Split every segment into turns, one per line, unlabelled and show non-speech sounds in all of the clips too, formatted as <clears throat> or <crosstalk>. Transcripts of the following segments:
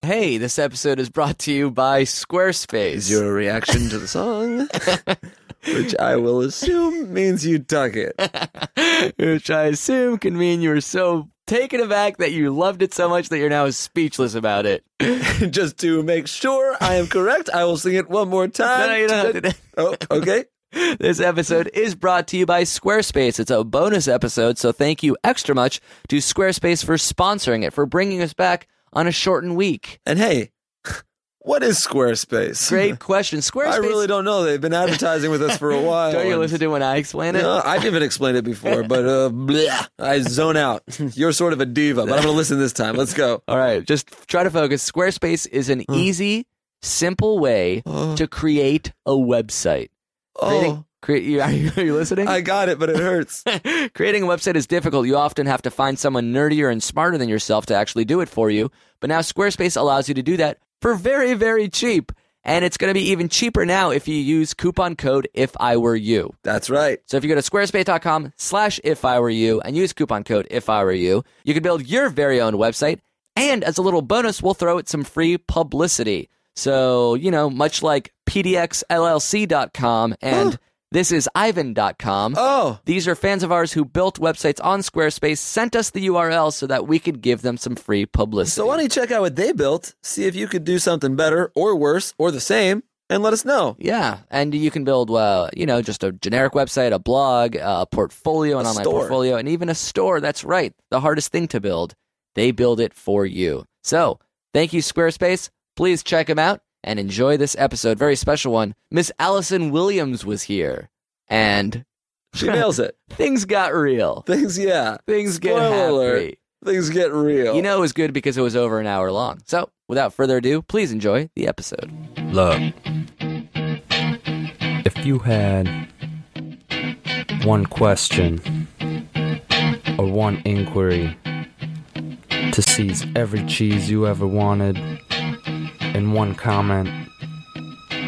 Hey, this episode is brought to you by Squarespace.
your reaction to
<laughs>
the song, which I will assume means you dug it.
<laughs> which I assume can mean you were so taken aback that you loved it so much that you're now speechless about it.
<laughs> Just to make sure I am correct, I will sing it one more
<laughs>
time.
No, no, you don't have to
Oh, okay.
<laughs> This episode is brought to you by Squarespace. It's a bonus episode, so thank you extra much to Squarespace for sponsoring it, for bringing us back on a shortened week.
And hey, <laughs> what is Squarespace?
Great question. Squarespace.
<laughs> I really don't know. They've been advertising with us
<laughs>
for a while.
Don't you
and-
listen to when I explain it?
No, I've even explained it before, but uh, bleh, I zone out. <laughs> You're sort of a diva, but I'm going to listen this time. Let's go.
All right, just try to focus. Squarespace is an easy, simple way to create a website. Creating,
Oh,
crea- you- are, you, are you listening?
I got it, but it hurts.
<laughs> Creating a website is difficult. You often have to find someone nerdier and smarter than yourself to actually do it for you. But now Squarespace allows you to do that for very, very cheap. And it's going to be even cheaper now if you use coupon code If I Were You.
That's right.
So if you go to squarespace.com slash if I were you and use coupon code if I were you, you can build your very own website. And as a little bonus, we'll throw it some free publicity. So, you know, much like pdxllc.com and this is ivan.com.
Oh,
These are fans of ours who built websites on Squarespace, sent us the URL so that we could give them some free publicity.
so why don't you check out what they built? See if you could do something better or worse or the same, and let us know.
Yeah, and you can build, uh, you know, just a generic website, a blog, a portfolio, an
A
online
store.
portfolio, and even a store. That's right, the hardest thing to build. They build it for you. So, thank you, Squarespace. Please check them out and enjoy this episode. Very special one. Miss Allison Williams was here, and
She
<laughs>
nails it.
things got real.
Things, yeah.
Things get
Spoiler
happy.
alert. Things get real.
You know, it was good because it was over an hour long. So, without further ado, please enjoy the episode.
Look, if you had one question or one inquiry to seize every cheese you ever wanted in one comment,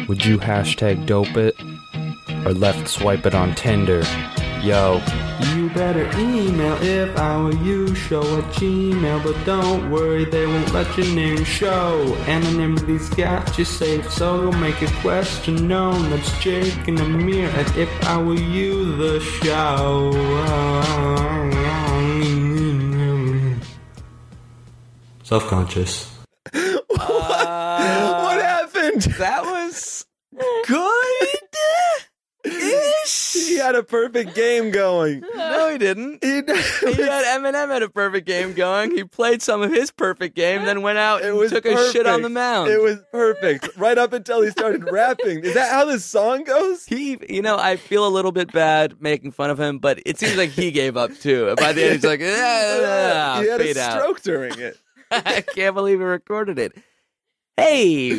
would you hashtag dope it or left swipe it on Tinder? Yo. You better email if I were you. Show a Gmail, but don't worry, they won't let your name show. Anonymity's got you safe, so you'll make a question known. That's Jake and Amir at If I Were You, the show. Self conscious.
what happened? <laughs>
That was <laughs>
Good He had a perfect
<laughs>
game going.
no, he didn't.
He,
he had Eminem had a perfect game going. He played some of his perfect game, then went out
it
and
was
took a
perfect.
shit on the mound.
It was perfect. Right up until he started rapping. Is that how this song goes?
he, you know, I feel a little bit bad making fun of him, but it seems like he gave up too. And by the end, he's
<laughs>
like, ah,
he had
fade
a
out.
stroke during it.
<laughs> I can't believe he recorded it. Hey,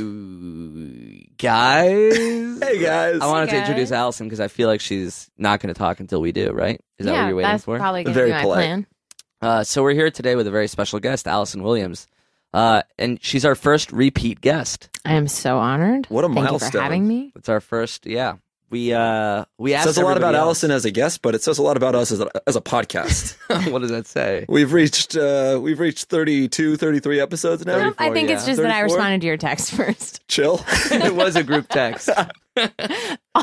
guys.
Hey guys.
I wanted to
Hey,
introduce
guys.
Allison because I feel like she's not going to talk until we do, right? Is that
yeah,
what you're waiting
that's
for?
probably gonna
Very
be my
polite.
plan.
Uh, so we're here today with a very special guest, Allison Williams, uh, and she's our first repeat guest.
I am so honored.
What a
Thank you
milestone.
for having me.
It's our first, yeah. We uh, we asked
says a lot about
everybody else-
Allison as a guest, but it says a lot about us as a, as a podcast.
<laughs> what does that
<laughs>
say?
we've reached uh, we've reached 32, 33 episodes now.
I think
yeah.
it's just that I
34?
responded to your text <laughs> first.
<laughs> Chill.
it was a group <laughs> text.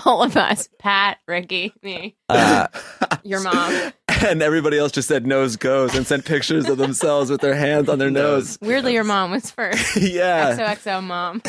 All of us, Pat, Ricky, me,
Uh,
<laughs> your mom.
<laughs> and everybody else just said nose goes and sent pictures of themselves with their hands on their nose.
Weirdly, your mom was
<laughs>
first.
Yeah.
XOXO mom.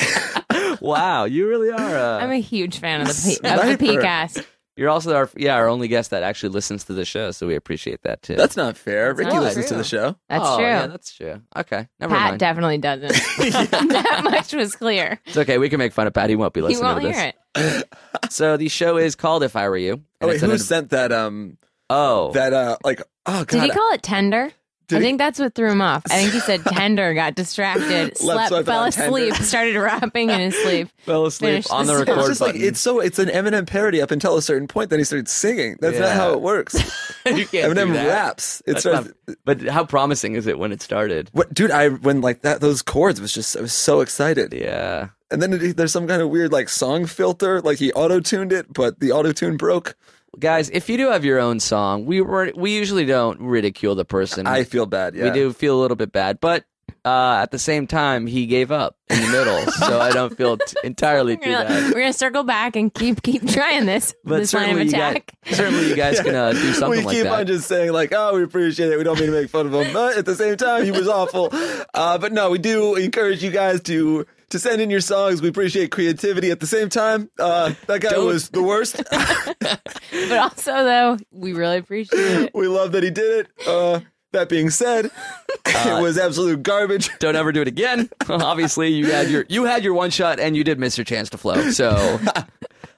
wow, you really are. Uh,
I'm a huge fan of the pe- of the
Sniper.
PCast.
you're also our yeah our only guest that actually listens to the show, so we appreciate that too.
That's not fair. Ricky
not
listens
true.
to the show.
That's
Oh,
true.
Yeah, that's true. Okay, never
Pat
mind.
<laughs>
definitely doesn't. <laughs> that much was clear.
it's okay. We can make fun of Pat. He won't be
He
listening
won't
to
hear
this.
it.
So the show is called "If I Were You." and
Oh, wait,
it's an
who
ad-
sent that? Um,
oh,
that uh, like oh god.
Did he call it tender?
Did
I
he-
think that's what threw him off. I think
<laughs>
he said tender, got distracted, slept,
swiping
fell
on Tinder.
asleep, started rapping in his sleep.
<laughs>
fell asleep
finish
on the
this.
It's
record
just like
button.
it's so it's an Eminem parody up until a certain point. Then he started singing. That's
Yeah.
not how it works.
<laughs> <laughs> you can't do
Eminem
that.
raps. It
That's
starts.
not- but how promising is it when it started?
What, dude? I when like that those chords was just I was so excited.
Yeah.
And then it, there's some kind of weird like song filter. Like he auto tuned it, but the auto tune broke.
Guys, if you do have your own song, we were, we usually don't ridicule the person.
I feel bad. Yeah.
Mm. We do feel a little bit bad, but uh, at the same time, he gave up in the middle, <laughs> so I don't feel t-
<laughs>
entirely too
We're gonna,
bad.
we're gonna circle back and keep keep
<laughs>
trying this
But
this line of
certainly, you guys,
attack.
certainly, you <laughs> guys can uh, do something
we
like
keep
that.
on just saying like, oh, we appreciate it. We don't mean to make fun of
<laughs>
him, but at the same time, he was awful. Uh, but no, we do encourage you guys to to send in your songs. We appreciate creativity. At the same time, uh, that guy was the worst.
But also though, we really appreciate it.
we love that he did it. Uh, that being said, <laughs> it was absolute garbage.
don't ever do it again. <laughs> Obviously, you had your you had your one shot, and you did miss your chance to flow.
<laughs>
So,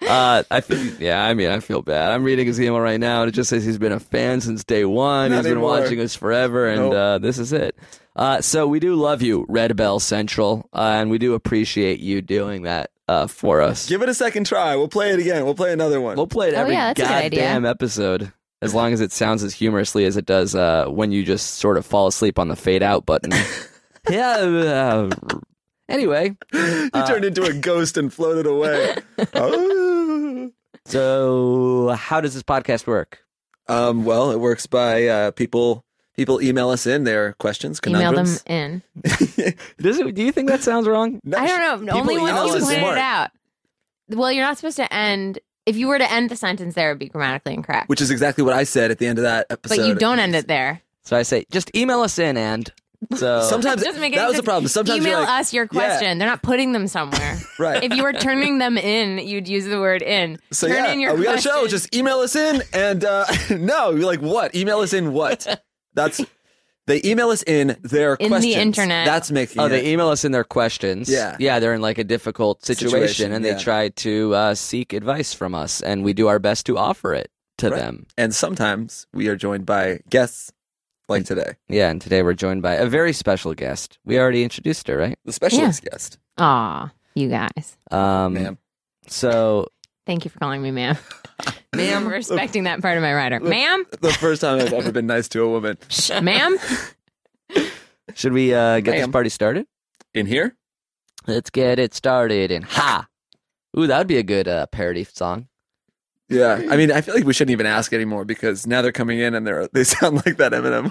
uh, I think yeah. I mean, I feel bad. I'm reading his email right now, and it just says he's been a fan since day one.
Not
he's been
anymore.
watching us forever, and
Nope.
uh, this is it. Uh, so we do love you, Red Bell Central, uh, and we do appreciate you doing that uh, for us.
Give it a second try. We'll play it again. We'll play another one.
we'll play it
Oh,
every
yeah, that's a good idea.
goddamn episode. As long as it sounds as humorously as it does uh, when you just sort of fall asleep on the fade out
<laughs>
button. yeah. uh, anyway,
<laughs> you turned into a ghost and floated <laughs> away. Oh.
So, how does this podcast work?
Um, well, it works by uh, people. People email us in their questions,
Email them
conundrums.
in.
Does it, do you think that sounds wrong?
No,
I don't know.
people
Only
email
one
us
you
is
pointed
smart.
it out. Well, you're not supposed to end. If you were to end the sentence there, it would be grammatically incorrect.
which is exactly what I said at the end of that episode.
but you don't end it there.
So I say, just email us in, and so
<laughs> Sometimes
It doesn't make any
that was the
sense.
problem. Sometimes you're
email
like,
us your
yeah.
question. They're not putting them somewhere.
<laughs> Right.
If you were turning them in, you'd use the word in.
So
Turn
yeah,
in your
uh, we got a
question.
show. Just email us in, and uh, <laughs> no, you're like what? Email us in what? That's they email us in their
In the
questions.
internet.
That's making
oh,
it.
they email us in their questions.
Yeah.
yeah, they're in like a difficult situation,
Situation,
and
yeah.
they try to uh, seek advice from us, and we do our best to offer it to
Right.
them.
and sometimes we are joined by guests like today,
Yeah, and today we're joined by a very special guest. We already introduced her, right?
the specialist guest,
Aw, you guys.
Um,
ma'am.
So
Thank you for calling
<laughs>
me ma'am. ma'am. Respecting that part of my rider. Ma'am?
The first time I've ever been nice to a woman
Shh, ma'am?
should we uh, get this
Ma'am.
party started?
in here.
Let's get it started. And ha, ooh, that would be a good uh, parody song.
Yeah, I mean, I feel like we shouldn't even ask anymore because now they're coming in and they're they sound <laughs> like that Eminem.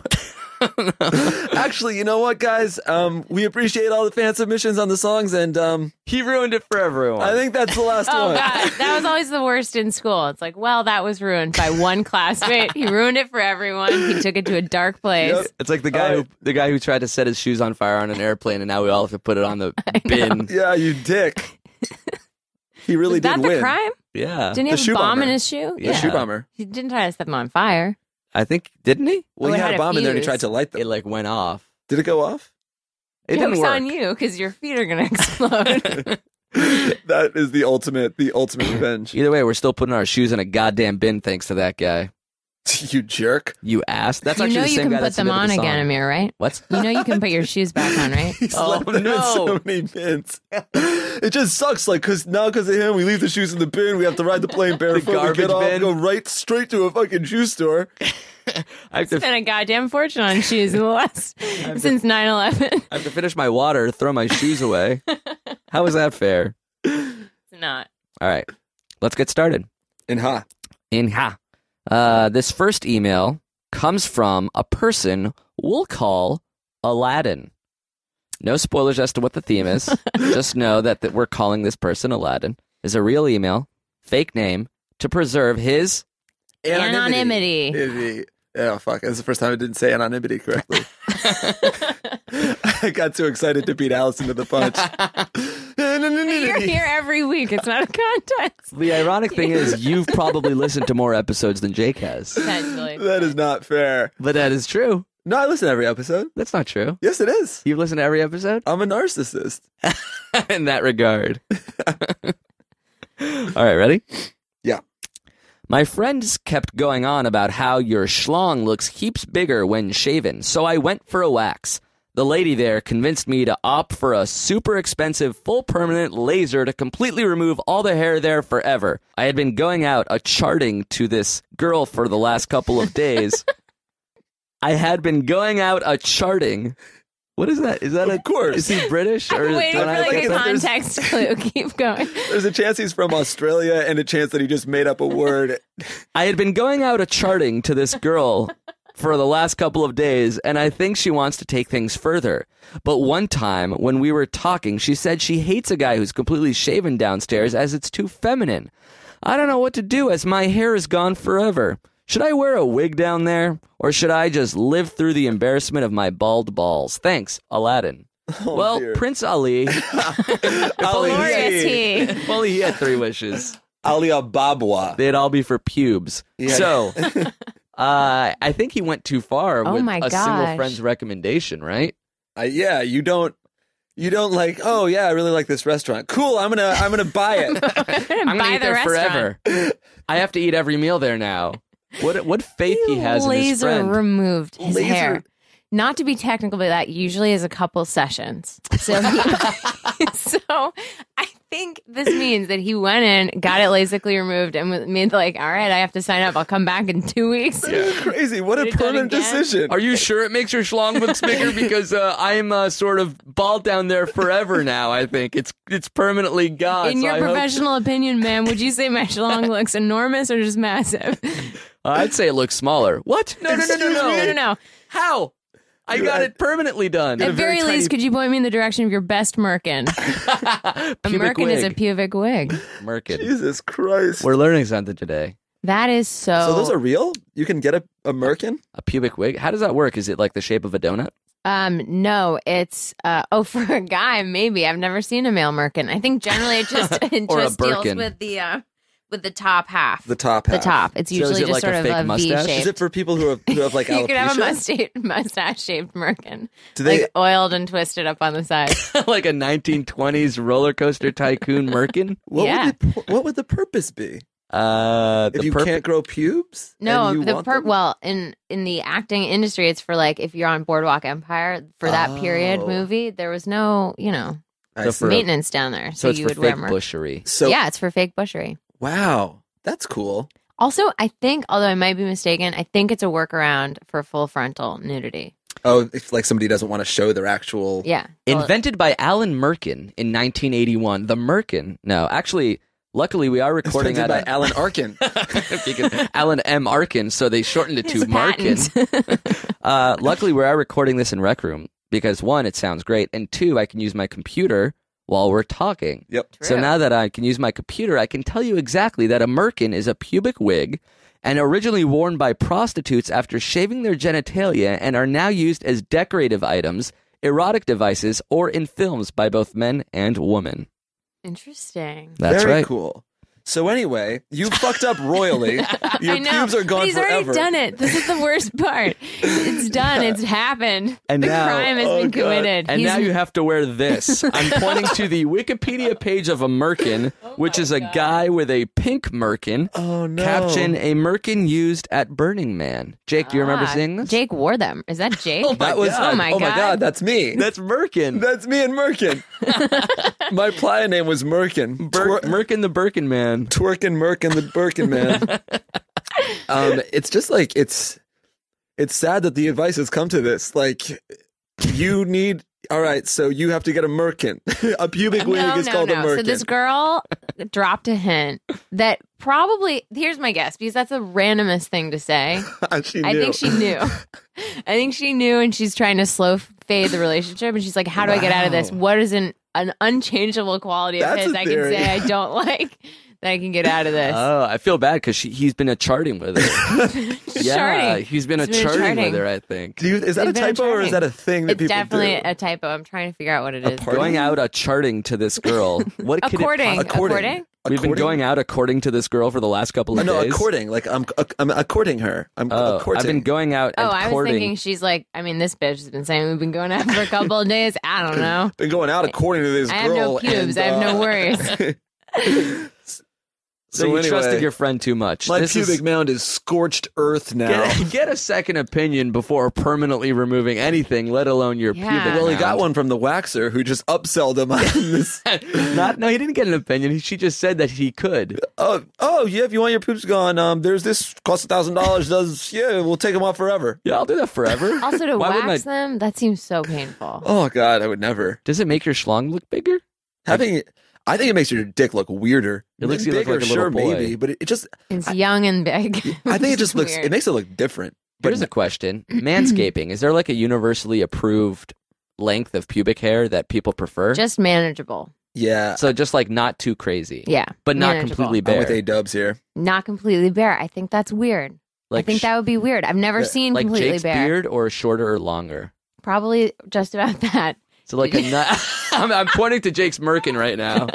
Actually, you know what, guys? Um, we appreciate all the fan submissions on the songs, and um,
He ruined it for everyone.
I think that's the last one.
<laughs> <laughs> Oh, God. That was always the worst in school. It's like, well, that was ruined by one classmate. He ruined it for everyone. He took it to a dark place.
Yep.
It's like the guy who the guy who tried to set his shoes on fire on an airplane, and now we all have to put it on <laughs> the bin.
Yeah, you dick. He really
Was
did
that the
win.
crime?
Yeah,
Didn't he
The
have
shoe
a bomb
bomber.
in his shoe?
The shoe bomber.
He didn't try to set them on fire.
I think didn't he?
Well,
Oh,
he
it
had,
had
a
a
bomb in there and he
fuse.
tried to light
It
them.
like went off.
Did it go off?
It
Joke's
didn't work.
on you because your feet are going to <laughs> explode.
That is the ultimate, the ultimate revenge. <laughs>
Either way, we're still putting our shoes in a goddamn bin thanks to that guy.
you jerk.
You ass. That's
you
actually
know
the
you
same
can
guy
put
that
them on
submitted the
again,
song.
Amir, right?
What?
You know you can put your shoes back
<laughs>
on, right?
He's
Oh,
<laughs>
left them in
no.
so many bins. it just sucks. Like, cause now, cause of him, we leave the shoes in the bin. We have to ride the plane barefoot. we
garbage
get off,
bin.
go right straight to a fucking shoe store.
I have, to,
Spent a goddamn fortune on shoes in
<laughs>
the last since 9 11.
I have to finish my water, throw my shoes away. How is that fair?
It's not.
All right, let's get started.
And ha,
In ha. Uh, this first email comes from a person we'll call Aladdin. No spoilers as to what the theme is. Just know that, that we're calling this person Aladdin. Is a real email, fake name, to preserve his
Anonymity.
Anonymity. Oh fuck! It's the first time I didn't say anonymity correctly. <laughs> I got too excited to beat Allison to the
<laughs>
punch.
You're here every week. It's not a
<laughs>
contest.
The ironic thing is, you've probably listened to more episodes than Jake has.
Potentially.
that is not fair.
But that is true.
No, I listen to every episode.
That's not true.
Yes, it is.
You've listened to every episode
I'm a narcissist.
<laughs> in that regard. <laughs> All right, ready?
Yeah.
My friends kept going on about how your schlong looks heaps bigger when shaven, so I went for a wax. The lady there convinced me to opt for a super expensive full permanent laser to completely remove all the hair there forever. I had been going out a charting to this girl for the last couple of
<laughs>
days. I had been going out a charting. What is that? Is that a
Of course.
Is he British <laughs> or
I'm waiting
do
for
I have
like
to
a
accept this? <laughs>
context clue. Keep going.
There's a chance he's from Australia and a chance that he just made up a
<laughs>
word.
I had been going out a charting to this girl for the last couple of days, and I think she wants to take things further. But one time when we were talking, she said she hates a guy who's completely shaven downstairs as it's too feminine. I don't know what to do as my hair is gone forever. Should I wear a wig down there, or should I just live through the embarrassment of my bald balls? Thanks, Aladdin. well,
dear.
Prince Ali.
Ali,
Glorious he.
if only he had three wishes.
Ali Ababwa.
They'd all be for pubes. So, uh, I think he went too far
Oh
with
my
a single
gosh.
friend's recommendation, right?
Uh, yeah, you don't. You don't like. Oh yeah, I really like this restaurant. Cool. I'm gonna. I'm gonna buy it.
<laughs>
I'm gonna
By
eat
the
there
restaurant.
forever. I have to eat every meal there now. What what faith he has in his
laser
friend?
removed his
Laser-
hair. Not to be technical, but that usually is a couple sessions. So, he- <laughs> so I think this means that he went in, got it lasically removed, and was- made like, all right, I have to sign up. I'll come back in two weeks.
Crazy. What a
Would've done
permanent
again.
decision.
Are you sure it makes your schlong look bigger? Because uh, I'm uh, sort of bald down there forever now. I think it's it's permanently gone.
In
so
your
I hope-
professional opinion, ma'am, would you say
<laughs>
my schlong looks enormous or just massive?
I'd say it looks smaller. What? No, no, no, no, no,
No, no, no.
How? I got it permanently done.
At very
tiny-
least, could you point me in the direction of your best merkin? a
<laughs> Pubic
merkin is a
wig.
pubic wig.
Merkin.
Jesus Christ.
We're learning something today.
That is so.
So those are real. You can get a, a merkin.
A pubic wig? How does that work? Is it like the shape of a donut? <laughs>
Um, no, it's uh oh <laughs> for a guy maybe. I've never seen a male merkin. I think generally it
<laughs>
just it
Or a
just deals
Birkin.
with the uh with the top half.
The top.
The
half.
top. It's
So is
usually
it like
just
a
sort of
fake
a V
mustache?
Is
shape.
it for people who have who have like alopecia?
<laughs> You could have a mustache <laughs> mustache shaped merkin.
Do they-
like oiled and twisted up on
<laughs>
the side.
like a 1920s roller coaster tycoon merkin?
What
Yeah.
would the, what would the purpose be?
Uh, the
if you
purp-
can't grow pubes?
No,
and you
the
want
per-
them?
well in in the acting industry it's for like if you're on Boardwalk Empire for that period
Oh.
movie, there was no, you know,
I
So
see.
For a-
maintenance down there.
so
So,
it's
you
for
would wear
fake
mer-
bushery.
so
yeah, it's for fake bushery.
wow, that's cool.
Also, I think, although I might be mistaken, I think it's a workaround for full frontal nudity.
Oh, if like somebody doesn't want to show their actual.
Yeah.
Invented by Alan Merkin in 1981. The Merkin. No, actually, luckily we are recording
Invented
at
by
a-
Alan Arkin.
if you can- <laughs> Alan M. Arkin, so they shortened it to
His
Markin.
patent.
<laughs>
<laughs>
Uh, luckily, we are recording this in Rec Room because one, it sounds great, and two, I can use my computer while we're talking.
Yep.
So
True.
now that I can use my computer, I can tell you exactly that a merkin is a pubic wig and originally worn by prostitutes after shaving their genitalia and are now used as decorative items, erotic devices, or in films by both men and women.
Interesting.
That's
Very
right.
cool. So anyway, you fucked
<laughs>
up royally. Your
I know.
pubes are
but
gone
he's
forever.
already done it. This is the
<laughs>
worst part. It's done. It's happened.
And
the
now-
crime has
oh,
been
God.
committed.
And
He's-
now you have to wear this. <laughs> I'm pointing to the Wikipedia page of a
<laughs>
merkin,
Oh
which is a guy with a pink merkin.
Oh no.
Caption: A merkin used at Burning Man. Jake, do you remember
Ah,
seeing this?
Jake wore them. Is that Jake?
Oh, my
That was
Oh my
oh
god.
my god, that's me.
that's merkin.
That's me and
<laughs>
Merkin. My playa name was Merkin.
Bur-
Twer-
merkin the Birkin Man.
twerking Merkin the Birkin man. <laughs> um, it's just like it's it's sad that the advice has come to this. Like you need all right, so you have to get a merkin. <laughs> a pubic wig
no,
is
no,
called
no.
a merkin.
So
<laughs>
this girl dropped a hint that probably here's my guess because that's the randomest thing to say.
Ah, she
I
knew.
think she knew. <laughs> I think she knew, and she's trying to slow fade the relationship. And she's like, "How do I get out of this?
Wow.
What is an an unchangeable quality of
That's
his
a
I can
theory. Uh,
say I don't <laughs> like that I can get out of this.
Oh, I feel bad because he's been a charting with <laughs>
<laughs>
her. yeah,
Charting.
he's been a
He's been a
charting,
charting.
with her. I think
<laughs> Do you, is that a typo or is that a thing that
it's
people
definitely uh,
do?
a typo. I'm trying to figure out what it is.
going out a charting to this girl. <laughs> What could
According.
it?
According.
We've been
According?
going out according to this girl for the last couple
Uh,
of
no,
days.
a courting. Like I'm, a, I'm a courting her. I'm
Oh,
a courting.
I've been going out
Oh,
and
I was
courting.
thinking she's like. I mean, this bitch has been saying we've been going out for a couple of days. I don't know.
Been going out according to this
I have
girl.
no
and,
pubes. I have
uh,
no worries.
<laughs>
so you
anyway,
trusted your friend too much.
My
This is-
pubic mound is scorched earth now.
<laughs>
<laughs>
Get, get a second opinion before permanently removing anything, let alone your
Yeah.
pubic.
well, he
mound.
got one from the waxer who just upselled
<laughs>
him on this.
<gasps> Not, no, he didn't get an opinion. He- She just said that he could.
oh, oh yeah. If you want your poops gone, um, there's this costs a thousand dollars. Does yeah, we'll take them off forever.
Yeah, I'll do that forever.
Also, to
Why wouldn't
wax
I-
them, that seems so painful.
Oh God, I would never.
Does it make your schlong look bigger?
Having, I think it makes your dick look weirder.
It looks- you
bigger,
look like a little
sure,
boy.
maybe, but it, it just.
It's young and big. <laughs>
I think it
It's
just looks.
weird.
It makes it look different. But
Here's a question: Manscaping is there like a universally approved length of pubic hair that people prefer?
just manageable.
yeah,
so just like not too crazy,
Yeah,
but not
manageable.
completely
I'm
bare.
with a Dubs here.
not completely bare. I think that's weird.
like
I think
sh-
that would be weird. I've never
Yeah,
seen
like
completely
Jake's
bare.
beard or shorter or longer.
Probably just about <laughs> that.
So like a
<laughs>
nut. I'm, I'm pointing to Jake's merkin right now.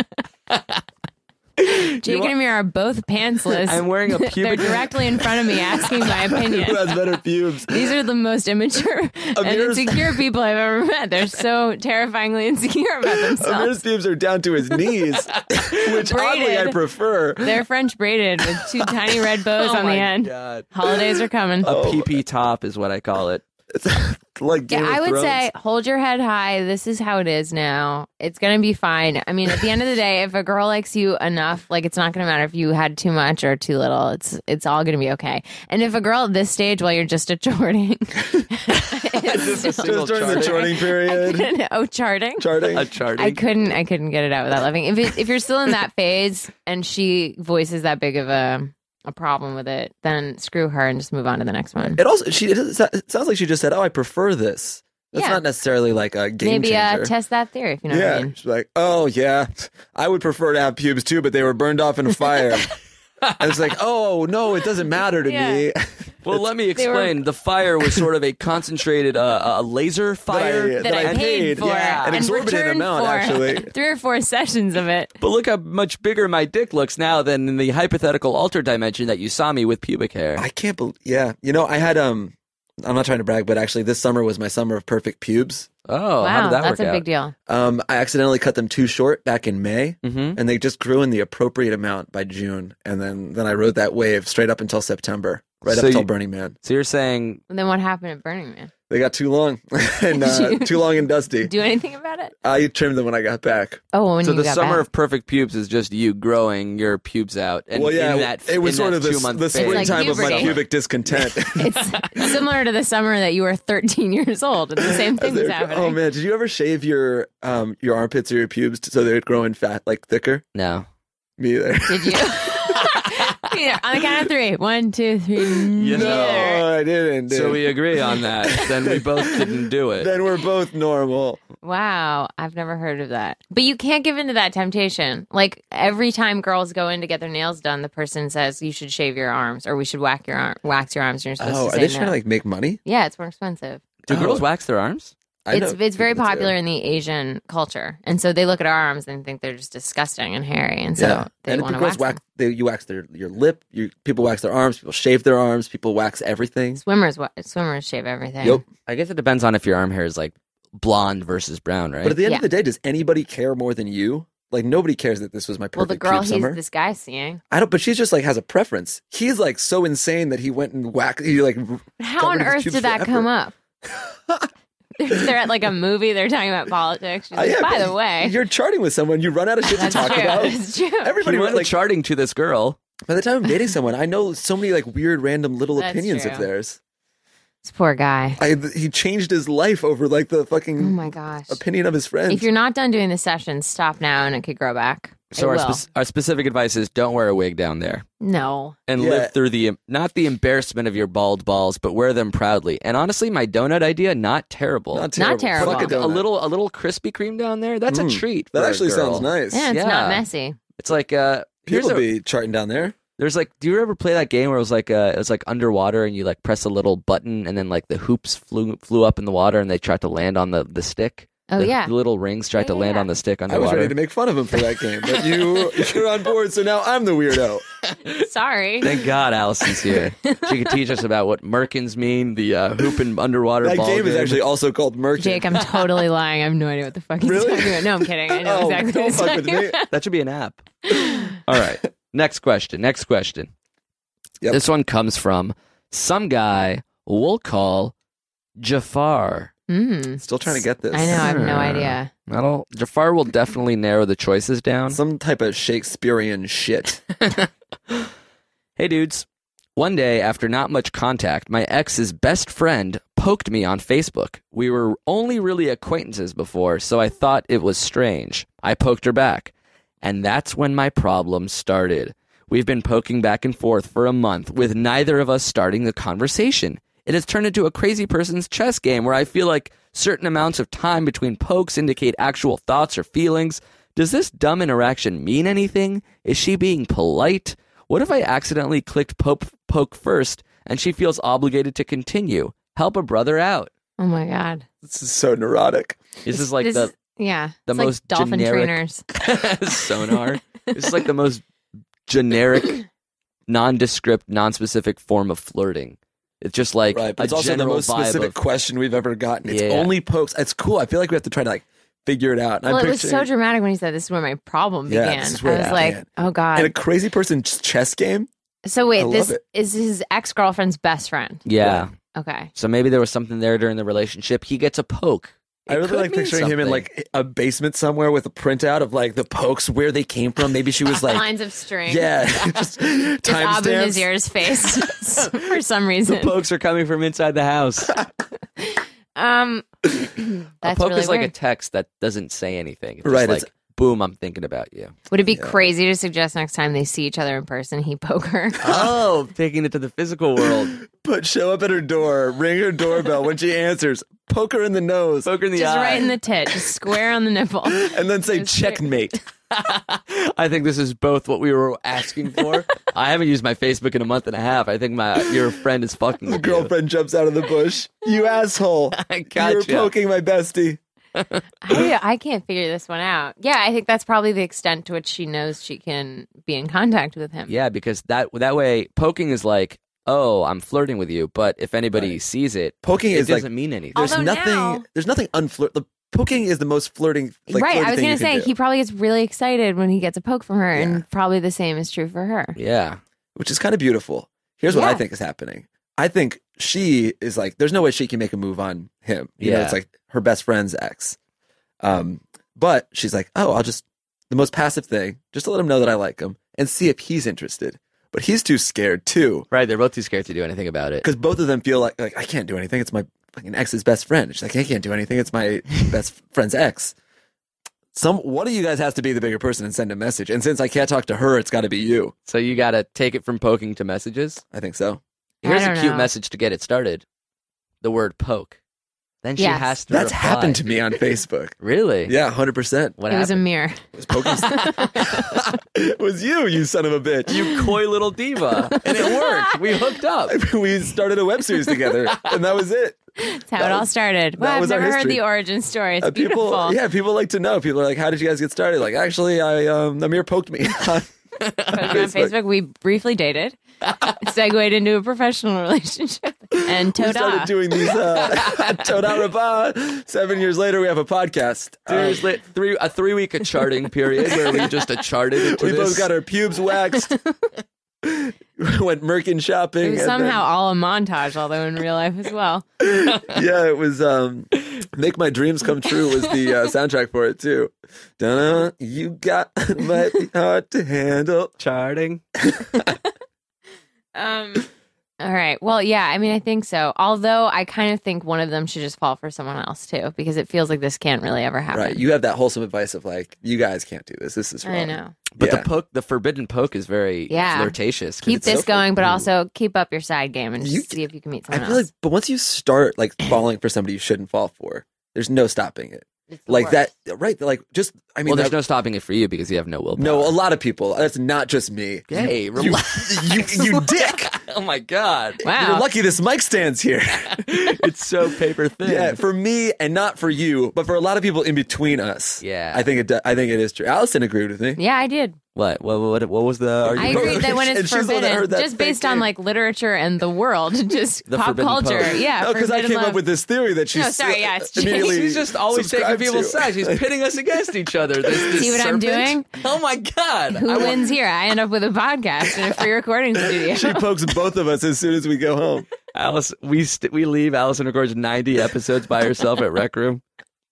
Jake and Amir
<laughs>
are both pantsless.
I'm wearing a
They're
pubic-
directly in front of me asking
<laughs>
my
Who
opinion.
has better
<laughs>
pubes?
These are the most immature and
<laughs>
Amir's-
insecure people I've ever met. They're so terrifyingly insecure
<laughs>
about
<laughs> Amir's
themselves.
pubes are down to his
<laughs>
knees, which oddly I
Braided.
prefer.
They're French braided with two tiny red
<laughs>
bows on the end.
Oh
Uh,
God.
Holidays are coming.
A <laughs> PP top is what I call it.
like Game
Yeah,
of
I would
Thrones.
say hold your head high. This is how it is now. It's gonna be fine. I mean, at the end of the day, if a girl likes you enough, like it's not gonna matter if you had too much or too little. It's it's all gonna be okay. And if a girl at this stage, while you're just
<laughs>
a <laughs> charting,
Just
<laughs>
a single
<laughs> just during the
chart.
charting period,
oh charting,
charting.
A charting.
I couldn't I couldn't get it out without loving. If it, if you're still in that phase and she voices that big of a a problem with it, then screw her and just move on to the next one.
It also she it, doesn't- it sounds like she just said, "Oh, I prefer this." That's
Yeah.
not necessarily like a game
Maybe
changer.
uh, test that theory if you know what I
yeah,
mean.
she's like, "Oh yeah, I would prefer to have pubes too, but they were burned off
<laughs>
in a fire." and it's like, "Oh no, it doesn't matter to
Yeah.
me."
Well, let me
were-
explain. The fire was sort of a concentrated uh, a laser fire.
I-
that, I,
that
paid, for
yeah.
An
and
exorbitant
returned
amount,
for
actually.
<laughs> three or four sessions of it.
But look how much bigger my dick looks now than in the hypothetical alter dimension that you saw me with pubic hair.
I can't believe. Yeah, you know, I had um, I'm not trying to brag, but actually, this summer was my summer of perfect pubes.
Oh, how
wow,
did that
that's
work
a
out?
big deal.
Um, I accidentally cut them too short back in May,
Mhm.
and they just grew in the appropriate amount by June, and then then I rode that wave straight up until September, right
So
up until
you-
Burning Man.
So you're saying
And then what happened at Burning Man?
They got too long <laughs>
<laughs>
and uh, too long and dusty.
Do anything about it?
I trimmed them when I got back.
Oh, when
so
you
the
got
summer
back.
of perfect pubes is just you growing your pubes out. And
well, yeah,
in that,
it was
in
sort
that
of the,
two-month
the
phase.
like
springtime of my
puberty.
<laughs>
pubic discontent. <laughs>
it's <laughs> similar to the summer that you were 13 years old. and The same thing was happening.
oh man, did you ever shave your um your armpits or your pubes so they'd grow in fat like thicker?
no.
Me either.
Did you? <laughs> Peter, on the count of three. One, two, three.
You know.
<laughs> No, I didn't. Dude.
So we agree on that.
<laughs>
then we both didn't do it.
then we're both normal.
Wow, I've never heard of that. But you can't give in to that temptation. Like every time girls go in to get their nails done, the person says you should shave your arms or we should whack your arm, wax your arms. And you're supposed
Oh,
to
are
say
they trying
no.
to like make money?
yeah, it's more expensive.
do
Oh.
girls wax their arms?
I
it's
know
it's very
people do.
popular in the Asian culture, and so they look at our arms and think they're just disgusting and hairy, and so they
and
want to
girls
wax.
wax,
wax-
they, you wax their your lip. You people wax their arms. People shave their arms. People wax everything.
swimmers wa- swimmers shave everything.
Yep.
I guess it depends on if your arm hair is like blonde versus brown, right?
But at the end
Yeah.
of the day, does anybody care more than you? Like nobody cares that this was my perfect
Well, the girl
pube
he's
summer.
this guy seeing.
I don't. But she's just like has a preference. He's like so insane that he went and whacked. He like
How
covered
on
his
earth
pubes
did that
forever. <laughs>
come up? they're at like a movie. They're talking about politics. She's
I- yeah,
like, By
but
the way,
you're charting with someone. You run out of shit to
That's
talk
true.
about.
<laughs> It's true.
Everybody
He
was
went
like.
charting to this girl.
by the time I'm
<laughs>
dating someone, I know so many like weird, random little
That's
opinions of
true.
theirs.
This poor guy.
I he changed his life over like the fucking
Oh my gosh.
opinion of his friends.
If you're not done doing the session, stop now and it could grow back.
So
it
our,
will.
spec- our specific advice is don't wear a wig down there
no.
and
Yeah.
live through the not the embarrassment of your bald balls, but wear them proudly. And honestly, my donut idea not terrible.
Not terrible.
Fuck
Like a,
donut.
little a little Krispy Kreme down there. That's a
Mm.
treat.
That
for a
actually
girl.
sounds nice.
Yeah, it's not
Yeah.
messy.
It's like uh, Here's
People
a-
be charting down there.
There's like, do you ever play that game where it was like, uh, it was like underwater and you like press a little button and then like the hoops flew flew up in the water and they tried to land on the the stick.
Oh,
The-
yeah.
the little rings tried
Yeah,
to
yeah,
land
yeah.
on the stick
I was
underwater.
ready to make fun of him for that game, but <laughs> you you're on board, so now I'm the weirdo.
Sorry.
Thank God Allison's
<laughs>
here. she could teach us about what merkins mean, the uh, hoop and underwater
That
ball
game is actually also called Merkin.
Jake, I'm totally lying. I have no idea what the fuck he's
Really?
talking about. No, I'm kidding. I know
oh,
exactly
don't
what he's
fuck with
talking
me.
about.
That should be an app. All right. Next question. Next question.
Yep.
This one comes from some guy we'll call Jafar.
Mm.
Still trying to get this.
I know. I have no idea.
That'll Jafar will definitely narrow the choices down.
Some type of Shakespearean <laughs> shit.
Hey dudes. One day after not much contact, my ex's best friend poked me on Facebook. We were only really acquaintances before, so I thought it was strange. I poked her back. And that's when my problem started. We've been poking back and forth for a month with neither of us starting the conversation. It has turned into a crazy person's chess game where I feel like certain amounts of time between pokes indicate actual thoughts or feelings. Does this dumb interaction mean anything? Is she being polite? What if I accidentally clicked poke, poke first and she feels obligated to continue? Help a brother out.
Oh my god.
this is so neurotic.
This is like
This
the
is- yeah.
the
it's like
most
dolphin
generic- <laughs>
trainers.
sonar. This is like the most generic, nondescript, nonspecific form of flirting. It's just like
right,
a
but it's also the
general
most
vibe
specific
of-
question we've ever gotten. It's
Yeah.
only pokes. It's cool. I feel like we have to try to like figure it out. And
Well,
I'm
it was so
picturing-
dramatic when he said, "This is where my problem
Yeah,
began."
this is
I
where it
was like,
began.
"Oh
in a
god."
crazy person's chess game.
So
I
wait,
love
this
it.
is his ex girlfriend's best friend.
Yeah.
Okay.
So maybe there was something there during the relationship. He gets a poke.
I
It
really
could
like
mean
picturing him in
something.
like a basement somewhere with a printout of like the pokes, where they came from. Maybe she
<laughs>
was like,
Lines of string.
yeah, <laughs>
<laughs>
just
Just
time
Abu
<laughs>
Nazir's face for some
the
reason.
pokes are coming from inside the <laughs> house.
Um,
a
that's
poke
really
is like
weird.
a text that doesn't say anything. It's just
Right,
Like,
it's-
boom, I'm thinking about you.
Would it be crazy to suggest next time they see each other in person, he
<laughs>
poke her?
<laughs> Oh, taking it to the physical world.
But show up at her door, ring her doorbell. When she answers, poke her in the nose,
Poke her in the
just
eye.
right in the tit, just square on the nipple.
<laughs> and then say
Just straight- <laughs>
checkmate.
I think this is both what we were asking for. <laughs> I haven't used my Facebook in a month and a half. I think my your friend is fucking
The
with you.
girlfriend jumps out of the bush. You
<laughs>
asshole!
I
You're
gotcha.
poking my bestie.
I, Oh, I can't figure this one out. Yeah, I think that's probably the extent to which she knows she can be in contact with him.
Yeah, because that that way poking is like, oh, I'm flirting with you, but if anybody sees it,
Poking
it
is like
doesn't mean anything.
there's
Although
nothing.
now-
there's nothing unflirt. The poking is the most flirting. Like,
right.
flirty
I was
thing
going
you
to
can
say,
do.
he probably gets really excited when he gets a poke from her, and probably the same is true for her.
yeah,
which is kind of beautiful. Here's what I
Yeah.
think is happening. I think she is like, there's no way she can make a move on him. You know,
Yeah.
it's like her best friend's ex. Um, but she's like, oh, I'll just the most passive thing, just to let him know that I like him and see if he's interested. But he's too scared too,
right. They're both too scared to do anything about it.
because both of them feel like, like I can't do anything. It's my fucking ex's best friend. She's like, I can't do anything. It's my best friend's ex. Some one of you guys has to be the bigger person and send a message. And since I can't talk to her, it's got to be you.
So you got to take it from poking to messages.
I think so.
I
Here's a
don't
cute
know.
message to get it started. The word poke. Then she
Yes.
has to.
That's
reply.
happened
<laughs>
to me on Facebook.
Really?
Yeah, hundred percent.
What
it was a
happened?
mirror.
Was Pokemon? <laughs> it was you, you son of a bitch. <laughs>
you coy little diva, and it worked. We hooked up.
we started a web series together, and that
<laughs>
was it.
That's how it all started. Well,
that
I've
was our
never heard
history.
the origin story. It's
Uh,
beautiful.
people, <laughs> yeah, people like to know. People are like, "How did you guys get started?" Like, actually, I um, Amir poked me. <laughs>
But on Facebook. we briefly dated, segued into a professional relationship,
<laughs>
and
we started
toda.
doing these. Uh, <laughs> Toda Rabah. Seven years later, we have a podcast. Uh,
Seriously, three a three week charting period where we just uh, charted it to
we
this.
both got our pubes waxed.
<laughs>
<laughs> Went merkin shopping.
It was
and then-
somehow all a montage, although in real life as well.
<laughs> yeah, it was um Make My Dreams Come True was the uh, soundtrack for it too. Dun-dun, you got <laughs> might be hard to handle.
charting.
Um, all right. Well, yeah. I mean, I think so. Although I kind of think one of them should just fall for someone else too, because it feels like this can't really ever happen.
Right. You have that wholesome advice of like, you guys can't do this. This is wrong.
I know.
But
Yeah.
the poke, the forbidden poke, is very
Yeah.
flirtatious. 'cause
Keep
it's
this
so-
going, but also keep up your side game and just
You-
see if you can meet
I
someone
feel like
else.
<clears throat> but once you start like falling for somebody you shouldn't fall for, there's no stopping it.
It's the
like
worst.
that, right? Like just, I mean,
well, there's
that-
no stopping it for you because you have no willpower.
no, a lot of people. That's not just me.
Hey,
You,
relax.
you, you dick.
oh my god.
<laughs> Wow.
You're lucky this mic stands here.
it's so paper thin.
yeah, for me and not for you, but for a lot of people in between us.
Yeah.
I think it. do- I think it is true. Allison agreed with me.
Yeah,
<laughs>
I did.
What? What? What? What was the?
I
argument?
agree that when
And
it's
she's the one that
forbidden,
heard that
just based
fake
on
name.
like literature and the
<laughs>
world, <laughs> just
The
pop
forbidden
culture.
post.
Yeah,
No, because I
forbidden
came up
love.
with this theory that she's uh,
No, sorry, yeah, it's
immediately
She's just always taking
subscribed
people's
to.
sides. She's pitting us against each other. This, this
See what I'm
serpent. Oh my god!
Who
I,
wins here? I end up with a podcast and a free
<laughs>
recording studio.
She pokes both of us as soon as we
<laughs>
go home.
Alice, we st- we leave. Allison records 90 episodes by herself at Rec Room.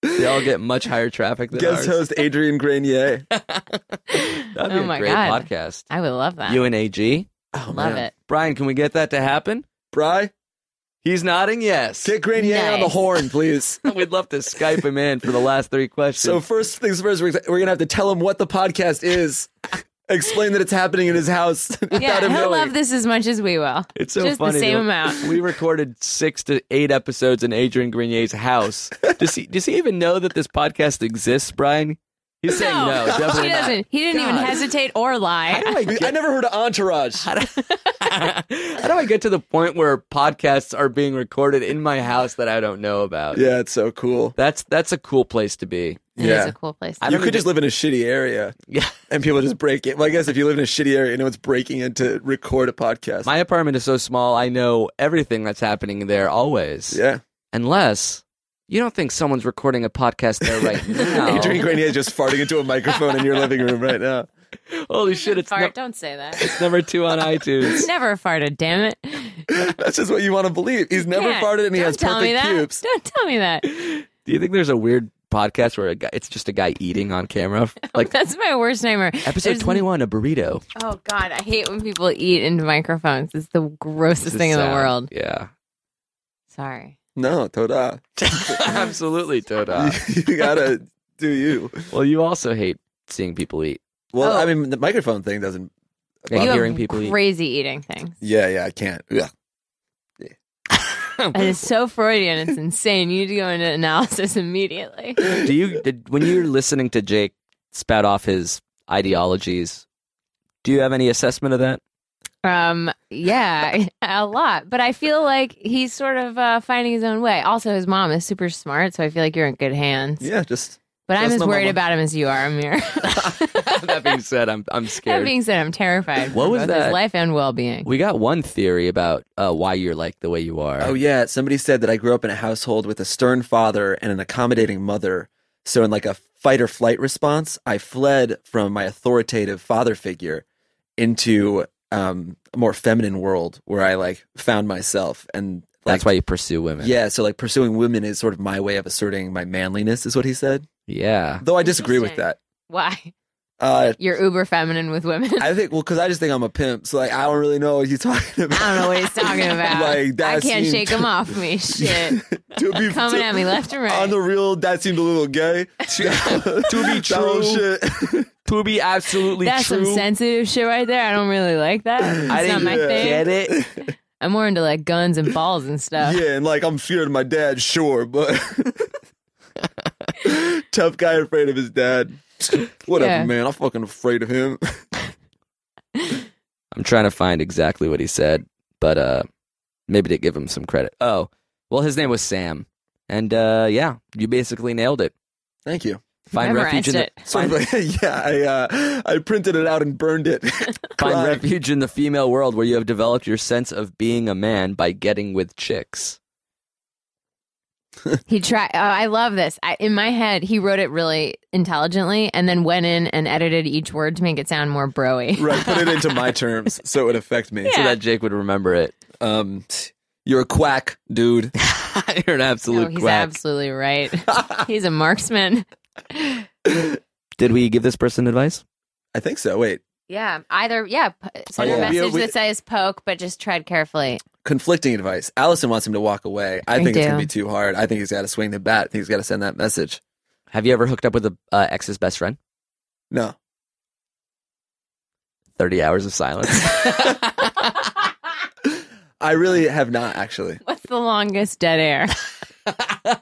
They all get much higher traffic than
Guest
ours.
host Adrian Grenier.
That'd be
Oh
a
my
great
God.
podcast.
I would love that.
UNAG.
oh,
love it.
Brian, can we get that to happen?
Bry,
He's nodding yes.
get Grenier on the
Nice.
horn, please.
<laughs> We'd love to Skype him in for the last three questions.
So first things first, we're, we're gonna have to tell him what the podcast is. Explain that it's happening in his house. <laughs> without
Yeah,
him
he'll
knowing.
love this as much as we will.
It's so
just
funny.
the same
though.
<laughs>
amount.
We recorded six to eight episodes in Adrian Grenier's house. Does he? Does he even know that this podcast exists, Brian? He's saying no. definitely
<laughs> he
not.
doesn't. He didn't even
God.
hesitate or lie.
How do I
I mean, I
get-
never heard of Entourage.
How do I get to the point where podcasts are being recorded in my house that I don't know about?
Yeah, it's so cool.
That's that's a cool place to be.
It is
yeah.
a cool place.
I
You
don't
could
even-
just live in a shitty area
Yeah.
and people just break it. Well, I guess if you live in a shitty area, no one's breaking in to record a podcast.
My apartment is so small, I know everything that's happening there always.
yeah.
Unless you don't think someone's recording a podcast there
<laughs>
right now.
Adrian Grenier is just farting into a microphone in your living room right now.
Holy shit, it's,
Fart,
nu-
don't say
<laughs>
that.
it's number two
<laughs>
on iTunes.
Never farted, damn it.
That's just what you want to believe. He's never
Can't.
farted and he
Don't
has
tell me
perfect
that.
pubes.
Don't tell me that.
Do you think there's a weird podcast where a guy, it's just a guy eating on
<laughs>
camera? <laughs> Like
That's my worst nightmare.
episode
There's-
21, a burrito.
Oh God, I hate when people eat into microphones. It's the grossest
It's a
thing in the
sound.
world. <laughs>
Yeah.
Sorry.
No,
<laughs>
Toda. <laughs>
Absolutely, Toda.
You, you gotta do you.
well, you also hate seeing people eat.
Well,
Oh.
I mean, the microphone thing doesn't.
and
you
hearing
have
people eat.
crazy eating things.
Yeah, yeah, I can't.
<laughs>
Yeah.
It is so
<laughs>
Freudian. It's insane. You need to go into analysis <laughs> immediately.
Do you did, when you're listening to Jake spout off his ideologies? Do you have any assessment of
<laughs>
that? <laughs>
Um, yeah, <laughs> a lot. But I feel like he's sort of uh, finding his own way. Also, his mom is super smart, so I feel like you're in good hands.
Yeah, just.
but I'm
that's
as
my
worried
mama.
about him as you are, Amir. <laughs>
that being said, I'm I'm
that
scared.
being said, I'm terrified.
What
for
was
both
that?
His life and well-being.
we got one theory about uh, why you're like the way you are.
Oh, yeah. Somebody said that I grew up in a household with a stern father and an accommodating mother. So, in like a fight or flight response, I fled from my authoritative father figure into um, a more feminine world where I like found myself. And like,
that's why you pursue women.
Yeah, so like pursuing women is sort of my way of asserting my manliness, is what he said.
yeah.
Though I disagree with
Interesting.
that.
Why?
Uh,
You're uber feminine with women. <laughs> I
I think, well, because I just think I'm a pimp, so like I don't really know what he's <laughs> talking about.
don't know what
<laughs>
he's talking about.
Like, that
I can't
seemed-
shake him off me. Shit.
<laughs> to be, <laughs>
Coming
to-
at me left and right.
On the real, that seemed a little gay. to
be true.
shit.
To be absolutely
That's some sensitive shit right there. I don't really like that. It's
I
not
didn't
my thing.
get it.
I'm more into like guns and balls and stuff.
yeah, and like I'm feared of my dad, sure, but <laughs> tough guy afraid of his dad. Whatever,
Yeah.
man. I'm fucking afraid of him.
I'm trying to find exactly what he said, but uh, maybe to give him some credit. Oh, well, his name was Sam, and uh, yeah, you basically nailed it.
Thank you.
Find refuge
Memorized
in the,
it. <laughs>
Sort of like, <laughs> yeah, I uh, I printed it out and burned it.
Find
Crying.
refuge in the female world where you have developed your sense of being a man by getting with chicks.
He tried. Oh, I love this. I, in my head, he wrote it really intelligently, and then went in and edited each word to make it sound
<laughs>
more broy.
<laughs> Right, put it into my terms so it would affect me.
So
Yeah.
that Jake would remember it. <laughs>
Um, you're a quack, dude.
You're an
No,
absolute
he's
quack.
absolutely right.
<laughs>
he's a marksman.
Did we give this person advice?
I think so. Wait,
Yeah. Either. Yeah. p- Send
Oh,
a
yeah.
message
Yeah, we-
that says poke, but just tread carefully.
conflicting advice. Allison wants him to walk away. I,
I
think it's
do.
gonna be too hard. I think he's got to swing the bat. I think he's got to send that message.
Have you ever hooked up with a uh, ex's best friend? <laughs>
No,
30 hours of silence.
I really have not actually.
<laughs> What's the longest dead air?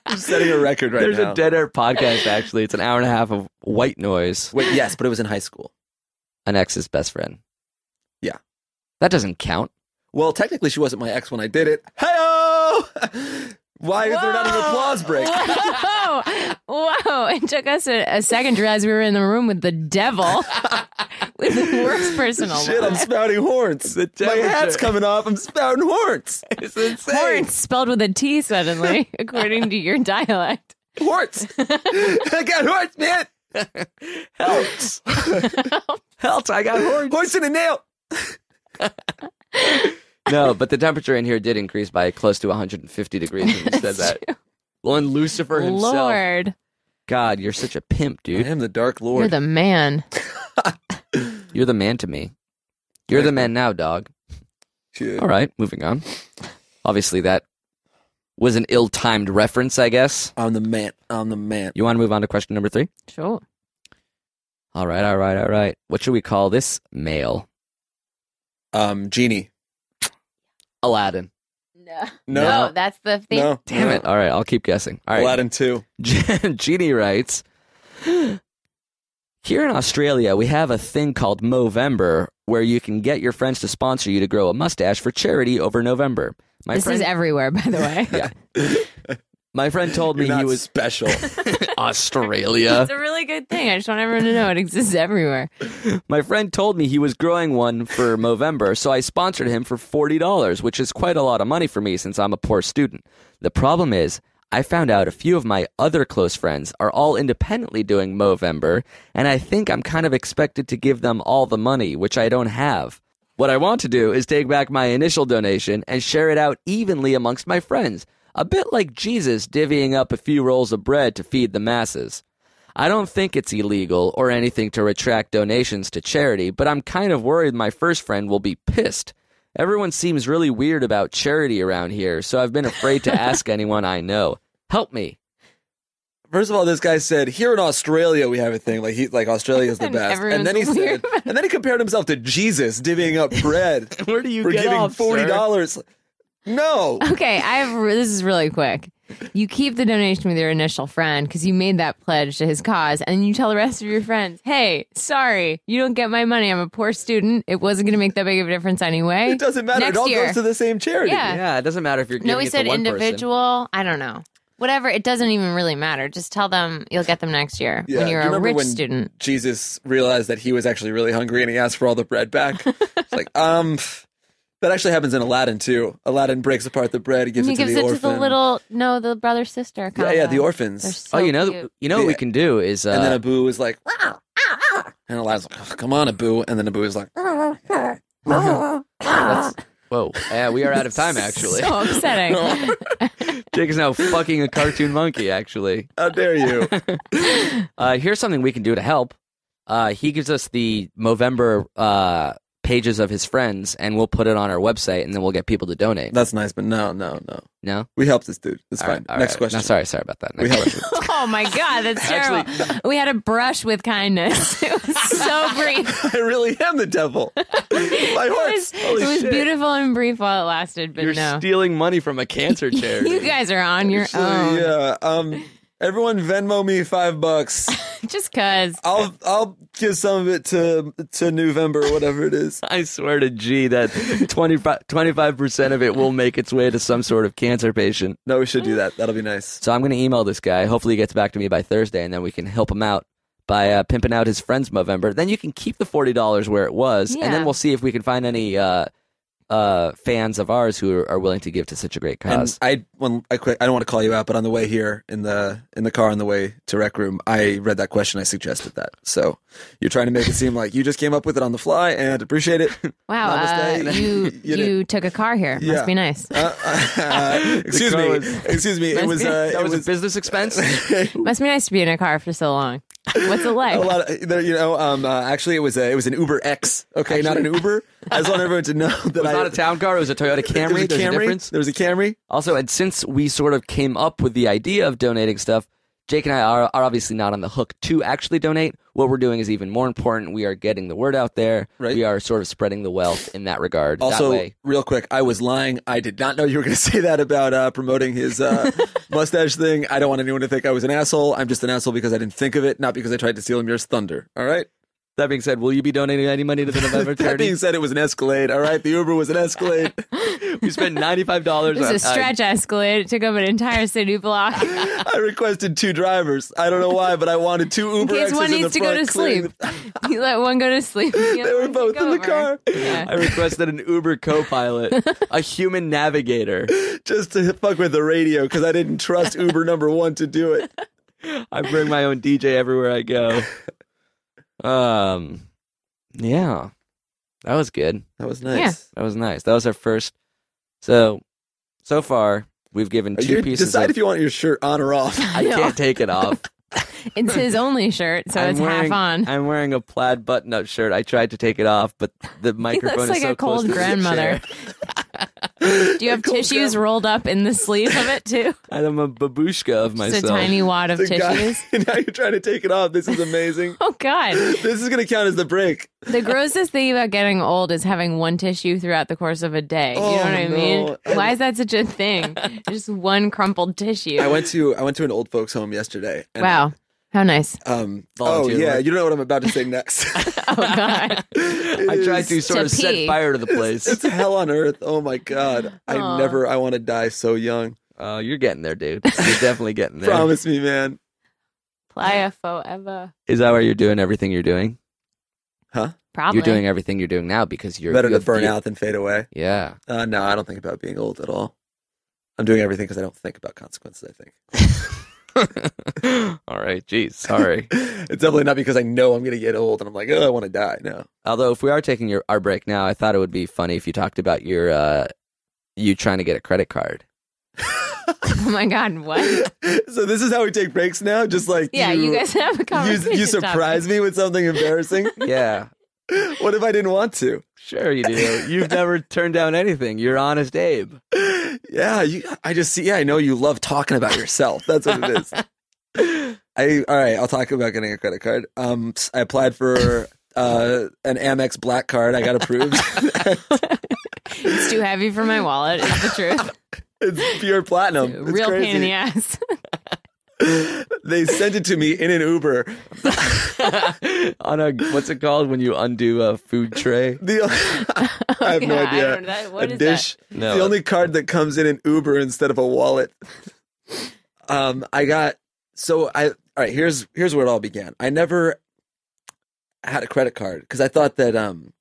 I'm setting a record <laughs> right
There's
now.
a dead air podcast, actually. It's an hour and a half of white noise.
Wait, yes, but it was in high school.
An ex's best friend.
Yeah.
That doesn't count. <laughs>
Well, technically, she wasn't my ex when I did it. Hey-oh! Why is there not an applause break?
Whoa! Whoa! It took us a, a second to realize we were in the room with
<laughs>
the devil, with the worst person
Shit, I'm
alive.
spouting horns.
The
My hat's
temperature.
coming off. I'm spouting horns.
<laughs> It's insane.
Horns spelled with a
<laughs>
T suddenly, according to your dialect.
<laughs>
Horns. I got horns, man. <laughs>
Helps. Helps. I got horns.
Horns in a nail.
<laughs> No, but the temperature in here did increase by close to 150 degrees when you said <laughs> that. Lord Lucifer himself.
Lord,
God, you're such a pimp,
I
dude.
am the Dark
you're
Lord.
the man.
You're the man to me. You're the man now, dog.
Shit.
All right, moving on. Obviously, that was an ill timed reference, I guess.
I'm the man. I'm the man.
You want to move on to question number three?
Sure.
All right, all right, all right. What should we call this male?
Um, genie.
Aladdin.
No.
No.
Oh, that's the thing.
No.
Damn it. All right, I'll keep guessing. All right.
Aladdin too.
<laughs> Jeannie writes Here in Australia, we have a thing called Movember where you can get your friends to sponsor you to grow a mustache for charity over November. My
This
friend,
is everywhere,
<laughs>
by the way.
Yeah. my friend told me
You're not
he was <laughs>
special.
Australia.
<laughs> It's a really good thing. I just want everyone to know it exists everywhere.
My friend told me he was growing one for Movember, so I sponsored him for $40, which is quite a lot of money for me since I'm a poor student. The problem is, I found out a few of my other close friends are all independently doing Movember, and I think I'm kind of expected to give them all the money, which I don't have. What I want to do is take back my initial donation and share it out evenly amongst my friends, a bit like Jesus divvying up a few rolls of bread to feed the masses. I don't think it's illegal or anything to retract donations to charity, but I'm kind of worried my first friend will be pissed. Everyone seems really weird about charity around here, so I've been afraid <laughs> to ask anyone I know. Help me.
First of all, this guy said here in Australia we have a thing like he like Australia's the
And
best, and then he
everyone's weird
said, <laughs>
about
and then he compared himself to Jesus divvying up bread.
<laughs> Where do you
We're giving forty dollars. No,
Okay, I have. Re- this is really quick. You keep the donation with your initial friend because you made that pledge to his cause, and you tell the rest of your friends, "Hey, sorry, you don't get my money. I'm a poor student. It wasn't going to make that big of a difference anyway.
it doesn't matter.
Next
it all
year.
goes to the same charity.
Yeah.
Yeah, it doesn't matter if you're giving
no, we
it
said
to one
individual. I don't know. Whatever. It doesn't even really matter. Just tell them you'll get them next year
Yeah,
when you're
do you
a
remember
rich
when
student.
Jesus realized that he was actually really hungry and he asked for all the bread
<laughs>
back. it's like, um, pff. that actually happens in Aladdin too. Aladdin breaks apart the bread, he gives
he
it
gives
to the
it
orphan.
to the little no, the brother sister.
yeah, yeah, the
combo.
orphans.
Oh,
They're so
you know,
<laughs>
cute.
you know what we
Yeah.
can do is uh,
and then Abu is like, "Rah, rah, rah." and Aladdin's like, "Oh, come on, Abu. And then Abu is like,
uh, <laughs> whoa, yeah, we are out of time actually.
<laughs> so
<laughs>
upsetting.
Jake is now fucking a cartoon monkey. Actually,
<laughs> how dare you?
<laughs> Uh, here's something we can do to help. Uh, he gives us the Movember uh, pages of his friends, and we'll put it on our website, and then we'll get people to donate.
That's nice, but no, no, no.
no,
We helped this dude. It's
All
fine.
right, all
Next
right.
question.
No, sorry, sorry about that.
We
Next
helped
question.
him.
Oh my god, that's terrible.
Actually,
we had a brush with kindness. <laughs> It was
<laughs>
so brief.
I really am the devil. My
It
horse.
was, it was beautiful and brief while it lasted, but
You're
no.
stealing money from a
<laughs>
cancer charity.
you guys are on your own.
Yeah. Um. Everyone, Venmo me five bucks.
Just cause.
I'll I'll give some of it to to November, whatever it is.
I swear to G that
<laughs>
25 percent of it will make its way to some sort of cancer patient.
No, we should do that. That'll be nice.
So I'm going to email this guy. Hopefully, he gets back to me by Thursday, and then we can help him out by uh, pimping out his friends Movember. Then you can keep the forty dollars where it was, and then
Yeah.
we'll see if we can find any uh, uh, fans of ours who are, are willing to give to such a great
And
cause.
I when I quick I don't want to call you out, but on the way here in the in the car on the way to rec room, I read that question. I suggested that. So you're trying to make it seem like you just came up with it on the fly, and
<laughs>
appreciate it.
Wow,
Namaste. <laughs>
uh, you
You
you,
did.
took a car here.
Yeah.
Must be nice.
Uh, uh, excuse me.
was-
excuse me. It was. Uh,
that
it
was,
was
a business
<laughs>
expense.
Must be nice to be in a car for so long. What's it like?
a lot of there, you know. Um, uh, actually, it was a, it was an Uber X. Okay, not an Uber. I just want everyone
<laughs>
to know that
It was
I,
not a town car. It was a Toyota
there
Camry.
was a
There's a
Camry.
difference.
There was a Camry.
Also, and since we sort of came up with the idea of donating stuff, Jake and I are, are obviously not on the hook to actually donate. What we're doing is even more important. We are getting the word out there.
Right.
We are sort of spreading the wealth in that regard. That
Also,
way-
real quick, I was lying. I did not know you were going to <laughs> say that about uh, promoting his
<laughs>
uh, mustache thing. I don't want anyone to think I was an asshole. I'm just an asshole because I didn't think of it, not because I tried to steal Amir's thunder. All
<laughs>
right.
that being said, will you be donating any money <laughs> to the November
That
charity?
being said, it was an Escalade. All right, the Uber was an
<laughs>
Escalade.
we <laughs> spent ninety five dollars.
This is a stretch escalade. It took up an entire city block. <laughs>
I requested two drivers. I don't know why, but I wanted two
In
Uber.
case
Xs
one
in the
needs to go
front
to
clearing <laughs>
sleep.
the-
You let one go to sleep.
They were both in the car. <laughs>
I requested an Uber co-pilot,
<laughs>
a human navigator.
just to fuck with the radio because I didn't trust Uber number one to do
<laughs>
it.
I bring my own DJ everywhere I go. Um, yeah, that was good.
That was
nice.
That was nice. That was our first. So, so far we've given two
You
pieces.
decide
of-
if you want your shirt on or off.
I can't take it
<laughs>
off.
It's his only shirt, so
I'm
it's
wearing,
half on.
I'm wearing a plaid button-up shirt. I tried to take it off, but
<laughs>
the microphone
looks
is
like
so
a
close
cold
to the <laughs>
grandmother.
chair.
<laughs> Do
<laughs>
you have
cold
tissues
grandma.
rolled up in the sleeve of it too?
I'm a babushka of <laughs> myself.
Just a tiny wad of
The guy-
<laughs>
tissues.
now you're trying to take it off. This is amazing.
Oh God!
<laughs> this is going to count as the break.
The grossest thing about getting old is having one tissue throughout the course of a day. you know what I
Oh,
mean?
no.
Why is that such
<laughs>
a thing? Just one crumpled tissue.
I went to I went to an old folks home yesterday. And,
wow, how nice!
Um, oh
Volunteer
yeah,
work.
you don't know what I'm about to say next.
<laughs> Oh God!
I tried to sort
To
of set
pee.
fire to <laughs> the place.
<laughs> it's hell on earth. Oh my god. I
Aw.
never. I want to die so young.
Oh, you're getting there, dude. You're definitely getting there.
Promise me, man.
<laughs> Playa forever.
Is that why you're doing everything you're doing?
Probably.
You're doing everything you're doing now because you're
Better
you
to
have
burn
the-
out than fade away.
Yeah.
Uh, no, I don't think about being old at all. I'm doing everything because I don't think about consequences. I think
<laughs>
<laughs>
All right. Geez. <laughs> Sorry.
it's definitely not because I know I'm going to get old and I'm like, oh, I want to die. No,
Although, if we are taking your our break now, I thought it would be funny if you talked about your uh, you trying to get a credit card.
Oh my
<laughs>
God! What?
so this is how we take breaks now. Just like
Yeah, you, guys have a conversation.
You, you surprise me with something
<laughs>
embarrassing.
Yeah.
what if I didn't want to?
<laughs> Sure, you do. You've never turned down anything. You're honest, Abe. <laughs>
Yeah, you, I just see. Yeah, I know you love talking about yourself. That's what it is.
<laughs>
I all right. I'll talk about getting a credit card. Um, I applied for uh an Amex Black card. I got approved. <laughs>
It's too heavy for my wallet.
<laughs>
Is the truth.
it's pure platinum. It's
Real pain in
crazy.
the ass.
they sent it to me in an Uber.
On a what's it called when you undo a food tray?
<laughs>
The, <laughs> I have no
Yeah, I
idea.
don't- that- what
a
is that?
dish.
No.
The only card that comes in an Uber instead of a
<laughs>
wallet. Um, I got so I all right. Here's here's where it all began. I never had a credit card because I thought that um,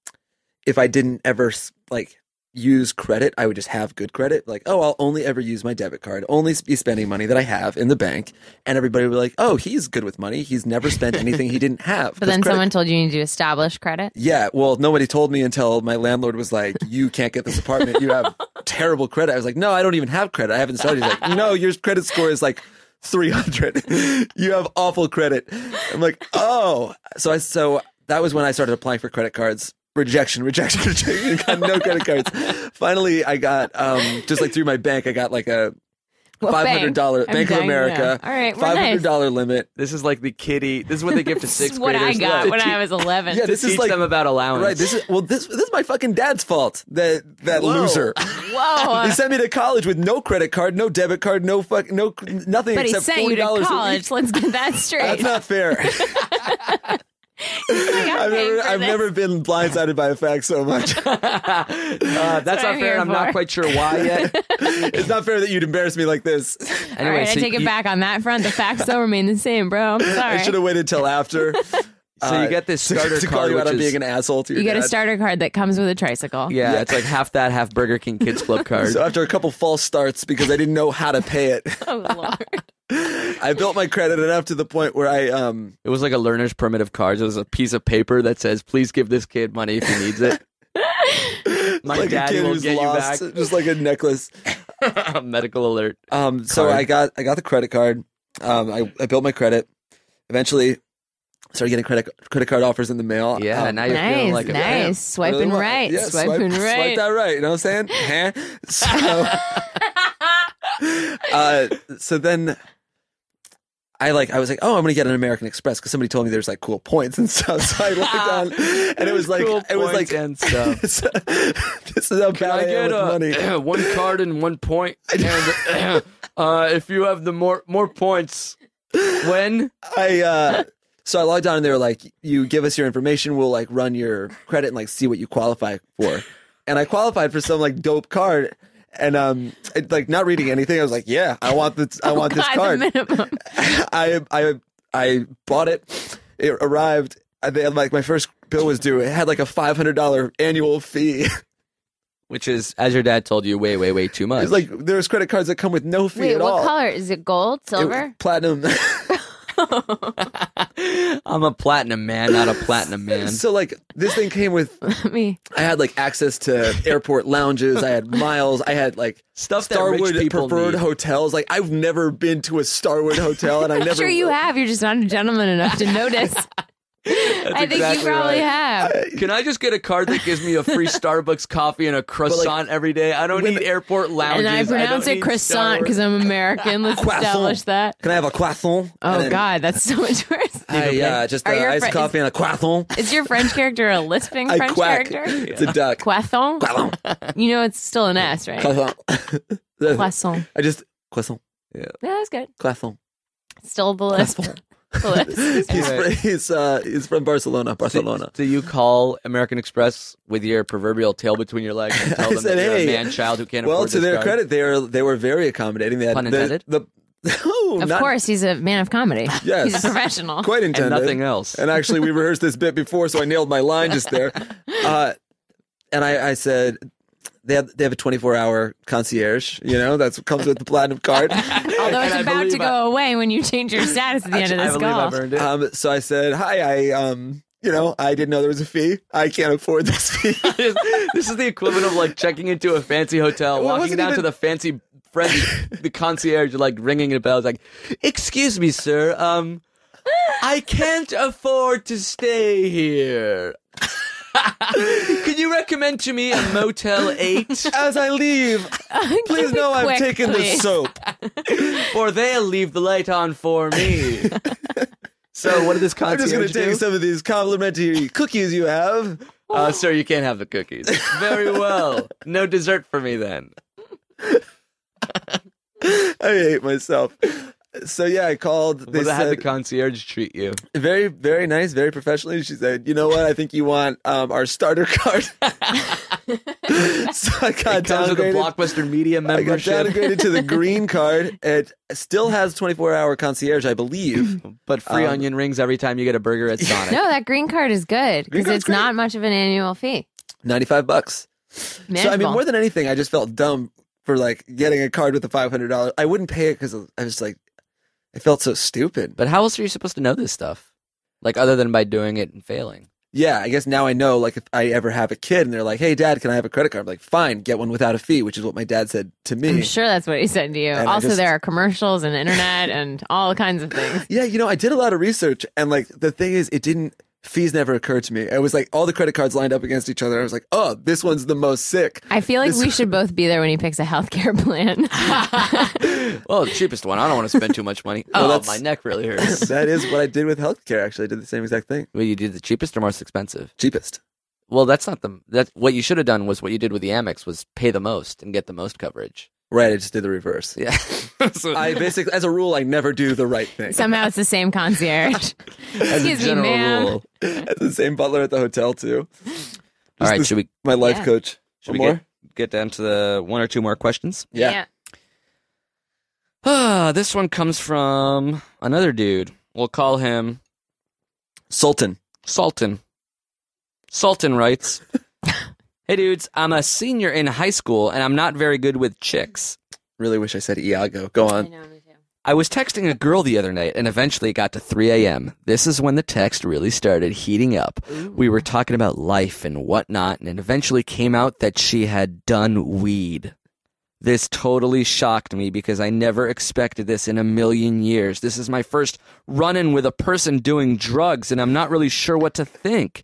if I didn't ever s- like use credit, I would just have good credit. Like, oh, I'll only ever use my debit card, only be spending money that I have in the bank, and everybody would be like, oh, he's good with money. He's never spent anything he didn't have.
But
'Cause
then
credit
someone told you you need to establish credit.
yeah, well, nobody told me until my landlord was like, "You can't get this apartment. You have terrible credit." I was like, "No, I don't even have credit. I haven't started." He's like, "No, your credit score is like 300. <laughs> You have awful credit." I'm like, "Oh." So I so that was when I started applying for credit cards. Rejection, rejection, <laughs> rejection. Got no credit cards. Finally, I got um just like through my bank, I got like a
Well,
five hundred dollar
I'm
Bank of
dying to know.
America.
All right, we're
five hundred dollar limit.
This is like the kitty. This is what they give to
This
sixth
is what I
graders.
got
to
when
teach-
I was 11.
Yeah, this
teach
is like
them about allowance.
Right. This is well. This this is my fucking dad's fault. That that loser.
Whoa.
<laughs> He sent me to college with no credit card, no debit card, no fuck, no nothing
but he
except
sent
forty
you to
dollars a week.
college. Let's get that straight.
That's not fair.
<laughs> I'm
I've
paying
never,
for
I've
this.
never been blindsided by a fact so
<laughs>
much.
Uh, that's
what
not
I'm
fair.
here
and I'm not
for.
quite sure
<laughs>
why yet.
it's not fair that you'd embarrass me like this.
Anyway,
All right,
so
I take it
you-
back on that front. The facts still remain the same, bro. I'm
I should
sorry.
have waited till after.
So you get this
<laughs> to-
starter
to, call
card,
you out
which
on
is-
being an asshole to your
You get a
dad.
starter card that comes with a tricycle.
Yeah, it's like half that, half Burger King Kids
<laughs>
Club card.
So after a couple false starts because I didn't know how to pay it, <laughs>
Oh, Lord.
I built my credit enough to the point where I um
It was like a learner's permit of cards. It was a piece of paper that says, "Please give this kid money if he needs
<laughs>
it." <laughs> My
like a
daddy
kid
will
who's
get
lost,
you
just like a necklace.
back. Medical alert.
Um, so
Card.
I got I got the credit card. Um, I, I built my credit. Eventually, started getting credit credit card offers in the mail.
Yeah,
Um,
now you're feeling
Nice,
like a
nice.
I really
<laughs> Swiping
wa-
right,
yeah, swipe- <laughs>
swiping
swipe
right.
that right. You know what
<laughs>
I'm saying? Huh? so, uh, so then I like I was like, oh, I'm gonna get an American Express because somebody told me there's like cool points and stuff. So I
<laughs>
looked on, and it was like
Cool
it was
points
like
and
<laughs>
stuff.
this is how bad
Can
I,
I
am with
get
money.
<clears throat>
uh, one card and one point? And, uh, if you have the more more points, when
I uh so I logged on and they were like, you give us your information, we'll like run your credit and like see what you qualify for. And I qualified for some like dope card. And um, it, like not reading anything, I was like, "Yeah, I want this. I want
<laughs>
this
God,
card."
the minimum.
<laughs> I I I bought it. It arrived. I think, like my first bill was due. It had like a five hundred dollar annual fee. <laughs>
which is, as your dad told you, way, way, way too much.
It's like there's credit cards that come with no fee
Wait,
at
what
all.
color is it? Gold,
It-
silver? <laughs>
platinum. <laughs>
I'm a platinum man, not a platinum man.
so like this thing came with.
Me.
I had like access to airport lounges. I had miles. I had like
Stuff that rich
Starwood
people
preferred
need.
hotels. Like I've never been to a Starwood hotel, and I <laughs> never.
<laughs> I'm sure you have. You're just not a gentleman
<laughs>
enough to notice. I think
exactly
you probably
right.
have.
Can I just get a card that gives me a free Starbucks coffee and a croissant every day? I don't
when-
need airport lounges.
and I
don't
pronounce it
need Starbucks.
croissant because I'm American. <laughs> Let's
Croissant.
establish that.
Can I have a croissant?
Oh
And then
God, that's <laughs> so much worse.
I, uh, just uh,
Are your
iced
friends-
coffee and a croissant.
Is your French character a
<laughs>
lisping
I
French
quack.
character?
It's a duck.
Croissant.
Croissant.
You know it's still an S, right?
Croissant. <laughs>
Croissant.
I just croissant,
Yeah, that's good.
croissant.
Still the lisp. The lisp.
He's
Right.
from, he's, uh, he's from Barcelona, Barcelona.
Do you call American Express with your proverbial tail between your legs and tell
I
them
said,
that you're
"Hey."
a man child who can't
Well,
afford
to
this
their
card?
credit, they are they were very accommodating. They had
Pun
the-
intended.
The, <laughs> oh,
<laughs> Of
not
course, he's a man of comedy.
Yes.
He's a professional.
quite
and
intended.
nothing else.
And actually, we rehearsed this bit before, so I nailed my line
<laughs>
just there. Uh, and I, I said, they have, they have a 24 hour concierge, you know, that's what comes with the platinum card.
Although
And <laughs>
it's
I
about to
believe
go
I-
away when you change your status at the end of
I
this
believe I've
call.
earned it.
um, so I said, hi, I, um, you know, I didn't know there was a fee. I can't afford this fee. <laughs>
this is the equivalent of like checking into a fancy hotel,
Well, it
walking
wasn't
down to
even-
the fancy
<laughs>
French, the concierge, like ringing a bell, is like, "Excuse me, sir. Um, I can't afford to stay here. <laughs> Can you recommend to me a Motel Eight,
As I leave,
<laughs>
please
Keep it
know I've
quick,
taken
please.
the soap.
or they'll leave the light on for me." So what did this
I'm just going
concierge
to take
do?
some of these complimentary cookies you have.
Uh, sir, you can't have the cookies. Very well. No dessert for me then.
I hate myself. So yeah, I called. They
What had the
said
concierge treat you?
very, very nice, very professionally. She said, "You know what? I think you want um, our
<laughs>
starter card." so I got
It comes with a
downgraded.
blockbuster media
I got
membership.
downgraded to the green card. It still has 24-hour concierge,
<clears throat>
I believe.
But free
Um,
onion rings every time you get a burger
<laughs>
at Sonic.
No, that green card is good
Green
because
card's
it's
great.
not much of an annual fee.
Ninety-five bucks. So I mean,
Manageable.
more than anything, I just felt dumb for like getting a card with the five hundred dollars. I wouldn't pay it because I was like, I felt so stupid.
But how else are you supposed to know this stuff? Like other than by doing it and failing.
yeah, I guess now I know. Like, if I ever have a kid and they're like, "Hey, Dad, can I have a credit card?" I'm like, "Fine, get one without a fee," which is what my dad said to me.
I'm sure that's what he said to you.
And I
also,
just-
there are commercials and internet and all kinds of things.
Yeah, you know, I did a lot of research, and like the thing is, it didn't. Fees never occurred to me. It was like all the credit cards lined up against each other. I was like, "Oh, this one's the most sick."
I feel like
This-
we should both be there when he picks a healthcare <laughs> plan.
Well, the cheapest one. I don't want to spend too much money. <laughs>
Well,
oh,
that's-
my neck really
<laughs>
hurts.
that is what I did with healthcare. Actually, I did the same exact thing.
Well, you did the cheapest or most expensive.
Cheapest.
Well, that's not the that. What you should have done was what you did with the Amex was pay the most and get the most coverage.
Right. I just did the reverse.
<laughs> Yeah. So-
I basically, as a rule, I never do the right thing.
Somehow it's the same concierge.
as a
Excuse me,
general
ma'am.
rule.
It's the same butler at the hotel too.
All right,
this-
should we
My life
Yeah.
coach.
should
One
we
more?
get, get down to the one or two more questions?
Yeah.
Ah, <sighs> this one comes from another dude. We'll call him
Sultan.
Sultan. Sultan writes, "Hey dudes, I'm a senior in high school and I'm not very good with chicks.
Really wish I said Iago. Go
I
on.
know, me too.
I was texting a girl the other night and eventually it got to 3 a.m. This is when the text really started heating up. We were talking about life and whatnot, and it eventually came out that she had done weed. This totally shocked me because I never expected this in a million years. This is my first run in with a person doing drugs, and I'm not really sure what to think.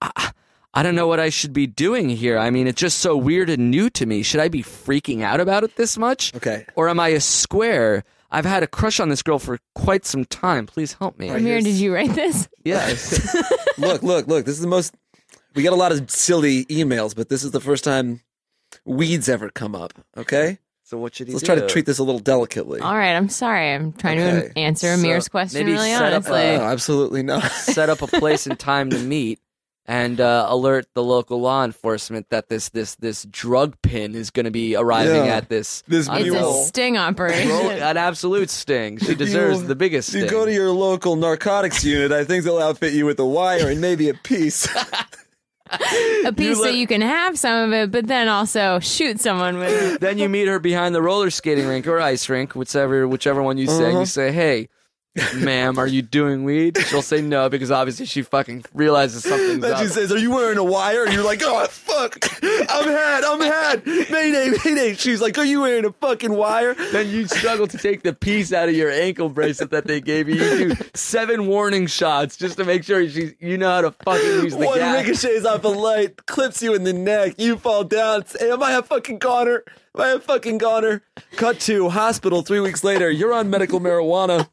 I don't know what I should be doing here. I mean, it's just so weird and new to me. Should I be freaking out about it this much?
Okay.
Or am I a square? I've had a crush on this girl for quite some time. Please help me.
Amir, did you write this?
<laughs> Yes. look, look, look. This is the most. We get a lot of silly emails, but this is the first time weeds ever come up. Okay,
<laughs> So what should he
let's
do?
try to treat this a little delicately.
All right, I'm sorry. I'm trying
Okay.
to answer
So,
Amir's question
maybe
really
set up
honestly.
No, Uh, absolutely not.
set up a place and time to meet and uh, alert the local law enforcement that this this this drug pin is going to be arriving
Yeah.
at this
This
on
it's a
mule.
sting operation.
Bro, an absolute sting. She
If
<laughs> deserves
<laughs> you-
the biggest
if You
sting.
go to your local narcotics unit. I think they'll outfit you with a wire and maybe a piece.
<laughs>
<laughs>
a piece so you can have some of it, but then also shoot someone with it.
then you meet her behind the roller skating rink or ice rink, whichever whichever one you say.
Uh-huh.
You say, "Hey, ma'am, are you doing weed?" She'll say no because obviously she fucking realizes something's
Then
up.
she says, "Are you wearing a wire?" And you're like, "Oh fuck, I'm had, I'm had, mayday, mayday." She's like, "Are you wearing a fucking wire?"
then you struggle to take the piece out of your ankle bracelet that they gave you. You do seven warning shots just to make sure she's, you know how to fucking use the
One
gas.
ricochets off a light, clips you in the neck, you fall down. Say, Am I a fucking goner? Am I a fucking goner? Cut to hospital three weeks later. You're on medical marijuana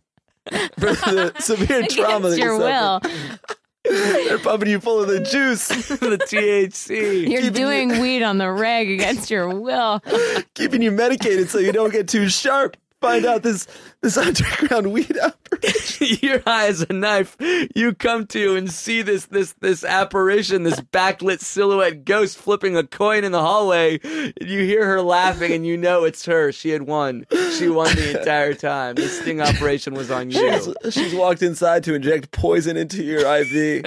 for the severe <laughs> trauma that
Against
you
your will.
suffered. They're pumping you full of the juice,
the THC. <laughs>
You're doing weed on the reg against your
<laughs>
will.
keeping you medicated so you don't get too sharp. Find out this this underground weed operation.
your eye is a knife. You come to and see this this this apparition, this backlit silhouette ghost flipping a coin in the hallway. You hear her laughing, and you know it's her. She had won. She won the entire time. The sting operation was on you.
She's walked inside to inject poison into your IV,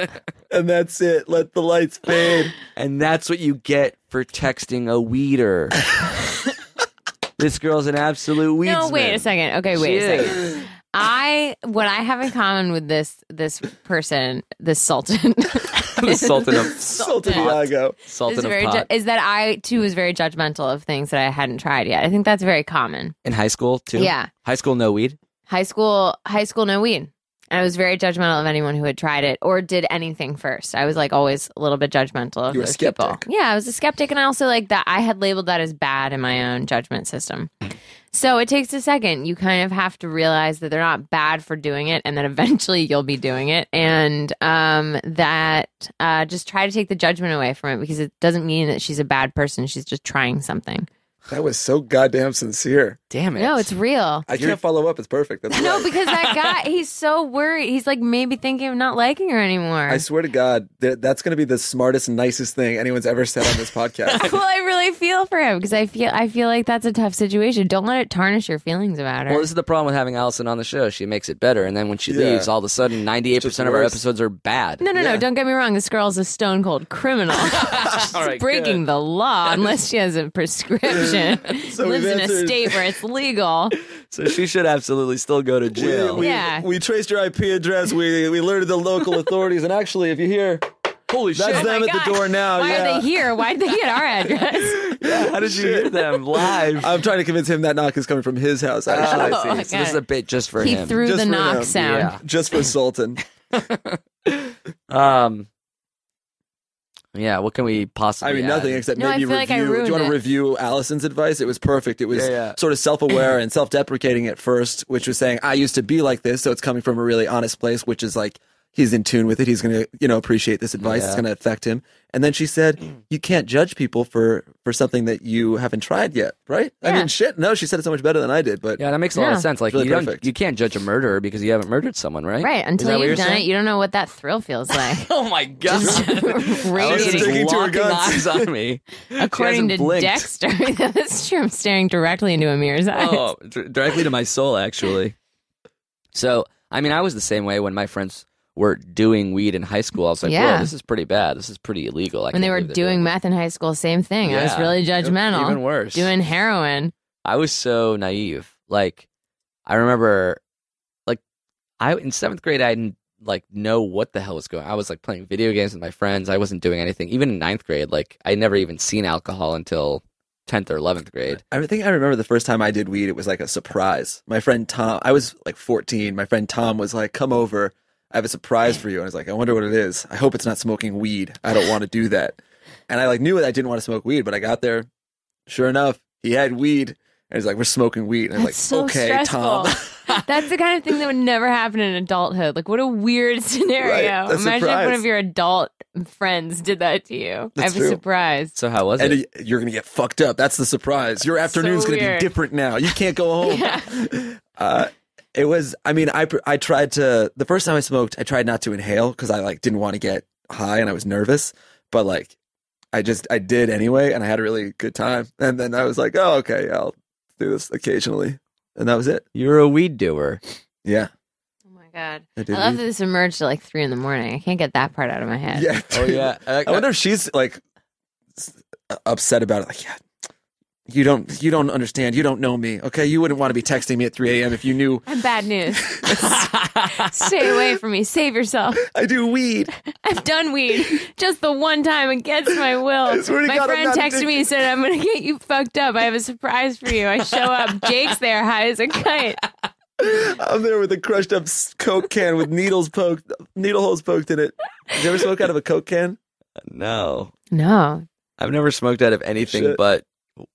and that's it. Let the lights fade.
And that's what you get for texting a
<laughs>
weeder. this girl's an absolute weedsman.
No, wait a second. Okay, wait
She
a second.
is.
I what I have in common with this this person, this sultan, <laughs>
the Sultan of
Santiago.
is,
Sultan of
very ju-
Pot.
is that I too was very judgmental of things that I hadn't tried yet. I think that's very common.
in high school too.
Yeah.
high school no weed.
High school, high school, no weed. And I was very judgmental of anyone who had tried it or did anything first. I was like always a little bit judgmental of
You were a
those
skeptic.
people. Yeah, I was a skeptic, and I also like that I had labeled that as bad in my own judgment system. So it takes a second. You kind of have to realize that they're not bad for doing it, and that eventually you'll be doing it, and um, that uh, just try to take the judgment away from it because it doesn't mean that she's a bad person. She's just trying something.
That was so goddamn sincere.
Damn it!
No, it's real.
I can't follow up. It's perfect. That's
No,
right. <laughs>
because that guy, he's so worried. He's like maybe thinking of not liking her anymore.
I
<laughs>
swear to God, that that's going to be the smartest, nicest thing anyone's ever said on this <laughs> podcast.
well, I really feel for him because I feel I feel like that's a tough situation. Don't let it tarnish your feelings about her.
Well, this is the problem with having Allison on the show. She makes it better, and then when she
Yeah.
leaves, all of a sudden, ninety-eight
Just
percent of our
worse.
episodes are bad.
no, no, no. Don't get me wrong. This girl's a stone
<laughs>
cold criminal. She's
All right,
breaking the law unless she has a prescription.
<laughs> So we've
Lives in a
answered-
state where
<laughs>
it's legal.
So she should absolutely still go to
We,
jail.
we,
Yeah.
we traced your IP address. We we alerted the
<laughs>
local authorities, and actually, if you hear,
Holy
that's
shit!
them
Oh my
at the
God.
door now.
Why
yeah.
are they here? Why did they get
<laughs>
our address?
How did you hear them live?
I'm trying to convince him that knock is coming from his house. Actually,
<laughs> Oh,
So
God.
this is a bit just for
he
him.
threw
Just
the
for
knock
him.
sound.
Yeah.
just for Sultan.
um. Yeah. What can we possibly?
I mean,
add?
nothing except
No, I
maybe
feel like I
review. do
ruined
you want
it.
to review Allison's advice? It was perfect. It was
Yeah, yeah.
sort of self-aware and self-deprecating at first, which was saying, "I used to be like this," so it's coming from a really honest place, which is like he's in tune with it. He's going to, you know, appreciate this advice. It's
Yeah.
going to affect him. And then she
<clears throat>
said, "You can't judge people for for something that you haven't tried yet, right?" I
Yeah.
mean, shit. No, she said it so much better than I did, but
Yeah, that makes a lot
Yeah.
of sense. Like
Really
you don't,
perfect.
you can't judge a murderer because you haven't murdered someone, right?
Right.
Is that
Until
what
you've
you're
done
saying?
it, you don't know what that thrill feels like.
<laughs> Oh my god! <laughs>
<laughs> Radiating.
Allison's
Sticking to her
locking <laughs> eyes
guns.
on me.
According to
blinked.
Dexter, <laughs> that's true. I'm staring directly into Amir's eyes.
<laughs> Oh, d- directly to my soul, actually. So, I mean, I was the same way when my friends were doing weed in high school. I was like,
Yeah.
"Whoa, this is pretty bad. This is pretty illegal." I
when they
can't
were
believe they're this.
doing meth in high school, same thing. I was
Yeah.
really
Yep,
judgmental.
even worse.
Doing heroin.
I was so naive. Like, I remember, like, I in seventh grade, I didn't like know what the hell was going. I was like playing video games with my friends. I wasn't doing anything. Even in ninth grade, like, I never even seen alcohol until tenth or eleventh grade.
I think I remember the first time I did weed. It was like a surprise. My friend Tom, I was like 14. My friend Tom was like, "Come over, I have a surprise for you." And I was like, "I wonder what it is. I hope it's not smoking weed. I don't want to do that." And I like knew that I didn't want to smoke weed, but I got there. Sure enough, he had weed, And he's like, we're smoking weed. And I'm like,
That's so
okay,
stressful.
Tom. <laughs>
That's the kind of thing that would never happen in adulthood. Like, what a weird <laughs> scenario.
Right, that's a
Imagine if one
surprise.
of your adult friends did that to you.
That's
I'd be
true.
surprised.
So how was
and
it?
y- you're gonna get fucked up. That's the surprise. Your afternoon's gonna
weird.
be different now. You can't go
<laughs>
home. uh, it was. I mean, I pr- I tried to the first time I smoked. I tried not to inhale because I like didn't want to get high and I was nervous. But like, I just I did anyway, and I had a really good time. And then I was like, oh okay, yeah, I'll do this occasionally, and that was it.
You're a weed doer.
Yeah,
Oh my God.
I
I
did.
love that
weed.
this emerged at like three in the morning. I can't get that part out of my head.
Yeah.
Oh <laughs> yeah.
I wonder if she's like s- uh, upset about it. Like, yeah, you don't, you don't understand. You don't know me. Okay, you wouldn't want to be texting me at 3 a.m. if you knew
I'm bad news. Stay away from me. Save yourself.
I do weed.
I've done weed just the one time against my will.
I swear to
my
God, I'm not
friend texted me and said, I'm going to get you fucked up. I have a surprise for you. I show up. Jake's there, high as a kite.
I'm there with a crushed up s- coke can with needles poked, needle holes poked in it. Did you ever smoke out of a coke can?
no,
No.
I've never smoked out of anything
Shit.
but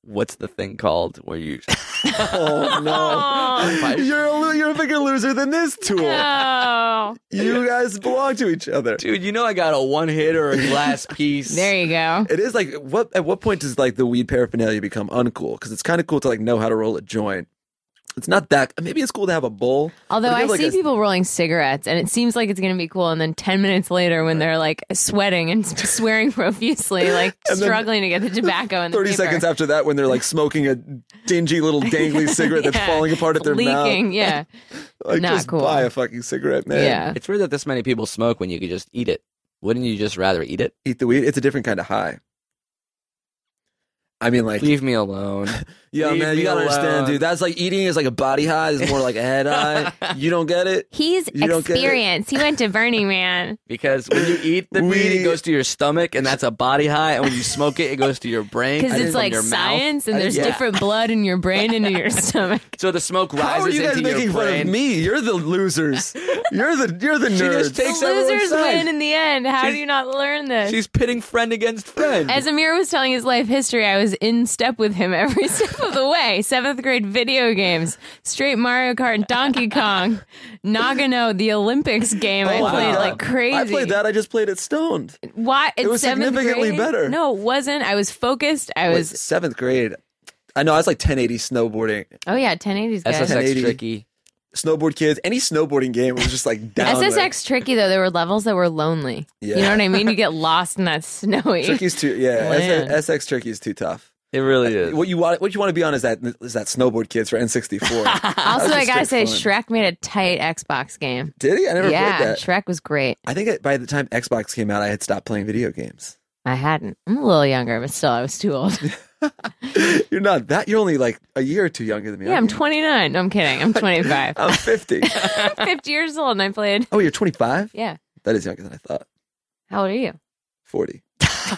what's the thing called where <laughs> you?
Oh no! you're a lo- you're a bigger loser than this tool.
No.
You guys belong to each other.
Dude, you know I got a one hit or a <laughs> glass piece.
There you go.
It is like what at what point does like the weed paraphernalia become uncool? Because it's kind of cool to like know how to roll a joint. It's not that maybe it's cool to have a bowl.
Although
but if you
I
have, like,
see
a-
people rolling cigarettes and it seems like it's going to be cool. And then 10 minutes later, when they're like sweating and swearing <laughs> profusely, like
And then
struggling to get the tobacco in the
Thirty
paper.
seconds after that, when they're like smoking a dingy
<laughs>
little dangly cigarette that's
Yeah.
falling apart at their
Leaking,
mouth,
yeah.
like
Not
just
cool.
buy a fucking cigarette, man.
Yeah.
It's weird that this many people smoke when you could just eat it. Wouldn't you just rather eat it?
eat the weed. It's a different kind of high. I mean, like,
Leave me alone.
yeah,
leave
man,
me
you gotta
alone.
understand, dude. That's like eating is like a body high. It's more like a head
<laughs>
high. You don't get it.
He's
You don't get it?
experienced. He went to Burning
<laughs>
Man.
Because when you eat the
We-
weed, it goes to your stomach, and that's a body high. And when you smoke it, it goes to your brain
Because
and
it's
from
like
your
science,
I didn't-
and there's
yeah.
different blood in your brain and in your <laughs> stomach.
Mouth. So the smoke
How are
rises
you guys
into
making
your
fun
brain.
of me? You're
<laughs>
the losers. You're the you're the nerds.
just
The
takes- everyone's
losers
side.
win in the end. How do
She's-
you not learn this?
She's pitting friend against friend.
As Amir was telling his life history, I was in step with him every <laughs> step of the way. Seventh grade video games, straight Mario Kart,
<laughs>
Donkey Kong, Nagano, the Olympics game. I
Oh, my
played
God.
like crazy.
I played that. I just played it stoned.
Why? It
was significantly better.
No, it wasn't. I was focused. I
Wait,
was.
seventh grade. I know. I was like 1080 snowboarding.
oh yeah, 1080s guys.
SSX.
SSX
1080.
tricky.
Snowboard kids. Any snowboarding game was just
<laughs>
like down.
SSX
like-
tricky though. There were levels that were lonely. You know
Yeah.
what I mean? You get lost in that snowy.
Turkey's too. Yeah.
Man.
S- SX Turkey is too tough.
It really is.
What you want? What you want to be on is that is that snowboard kids for
<laughs>
N64.
<laughs> Also,
That was
I gotta
just
say,
straight
Shrek made a tight Xbox game.
Did he? I never played
Yeah,
that.
Shrek was great.
I think that by the time Xbox came out, I had stopped playing video games. <laughs>
I hadn't. I'm a little younger, but still, I was too old.
You're not that. You're only like a year or two younger than me.
yeah, I'm 29. No, I'm
<laughs>
kidding. I'm 25.
<laughs>
I'm 50.
<laughs> I'm 50 years old, and I played. <laughs>
oh, you're 25.
Yeah.
That is younger than I thought.
How old
<laughs>
are you?
40.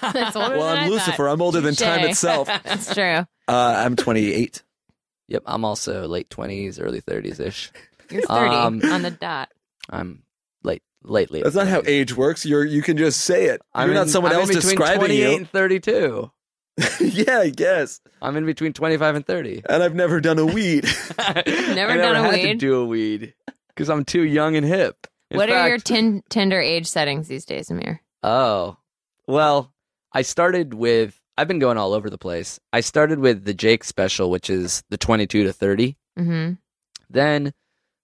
That's older
Well,
than I
I'm Lucifer.
thought.
I'm older than time
<laughs>
Touche.
itself. Uh,
<laughs> That's true.
I'm 28.
Yep, I'm also late twenties, early thirties ish.
You're 30
Um,
on the dot.
I'm late, late, late.
That's not how
30s.
age works. You're you can just say it.
I'm
you're not
in-
someone
I'm in
else
between
describing
28
you.
and thirty-two.
<laughs> yeah, I guess.
I'm in between twenty-five and thirty.
And I've never done a weed. <laughs>
never
<laughs> Never
I
done
never
a
had to
weed?
do a weed because I'm too young and hip. In
what are your
fact-
tin- Tinder age settings these days, Amir?
oh, well, I started with. I've been going all over the place. I started with the Jake special, which is the twenty-two to thirty.
Mm-hmm.
Then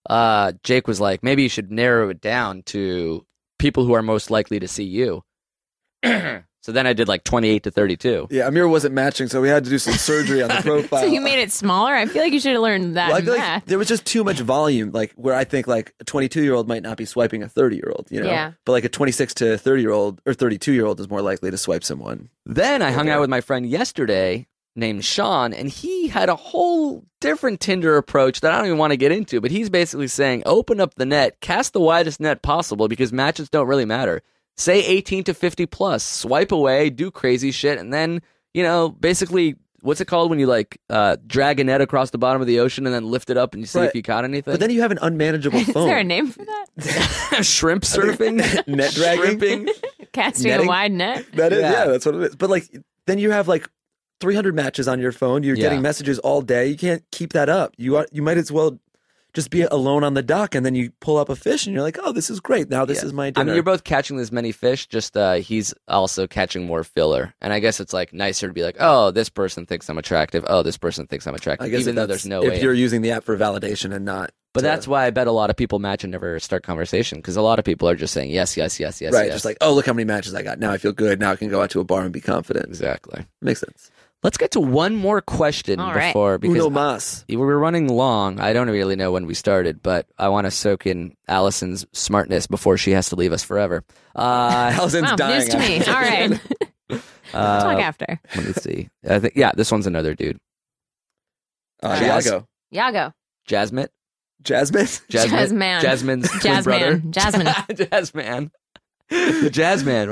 uh, Jake was like, maybe you should narrow it down to people who are most likely to see you. <clears throat> so then I did like twenty-eight to thirty-two.
yeah, Amir wasn't matching, so we had to do some surgery
<laughs>
on the profile.
So you made it smaller. I feel like you should have learned that
uh, Well, I
in
feel
math.
like there was just too much volume, like where I think like a 22 year old might not be swiping a 30 year old, you know,
Yeah.
but like a 26 to 30 year old or 32 year old is more likely to swipe someone.
Then I hung
Okay.
out with my friend yesterday named Sean, and he had a whole different Tinder approach that I don't even want to get into, but he's basically saying open up the net, cast the widest net possible because matches don't really matter. Say 18 to 50 plus, swipe away, do crazy shit, and then, you know, basically, what's it called when you like uh, drag a net across the bottom of the ocean and then lift it up and you see
Right.
if you caught anything?
But then you have an unmanageable
<laughs> <laughs> Is
phone.
there a name for that?
<laughs> shrimp surfing,
Net dragging?
Shrimping.
Casting
Netting? <laughs>
a wide net.
That is,
Yeah.
yeah. that's what it is. But like, then you have like 300 matches on your phone. You're
Yeah.
getting messages all day. You can't keep that up. You are, you might as well just be alone on the dock, and then you pull up a fish, and you're like, oh, this is great. Now this
Yeah.
is my
I
dinner.
mean, you're both catching this many fish. Just uh, he's also catching more filler, and I guess it's like nicer to be like, "Oh, this person thinks I'm attractive. Oh, this person thinks I'm attractive."
I guess
even
if
though
that's-
there's no
if
way.
you're using the app for validation and not.
but
to-
that's why I bet a lot of people match and never start conversation because a lot of people are just saying yes, yes, yes, yes,
right.
yes.
Just like, oh, look how many matches I got. Now I feel good. Now I can go out to a bar and be confident.
exactly.
Makes sense.
Let's get to one more question
All right.
before because
Uno mas.
we were running long. I don't really know when we started, but I want to soak in Allison's smartness before she has to leave us forever.
<laughs>
Uh,
Allison's
Wow,
dying.
news to me.
after
All
this.
right.
uh,
Talk after.
let me see. I think yeah, this one's another dude,
<laughs> Uh,
Jazz.
Iago.
Yago.
Jasmine.
Jasmine.
Jasmine,
Jazzman.
Jasmine's twin brother. <laughs>
Jazzman. Jazzman.
Jazzman. The Jazzman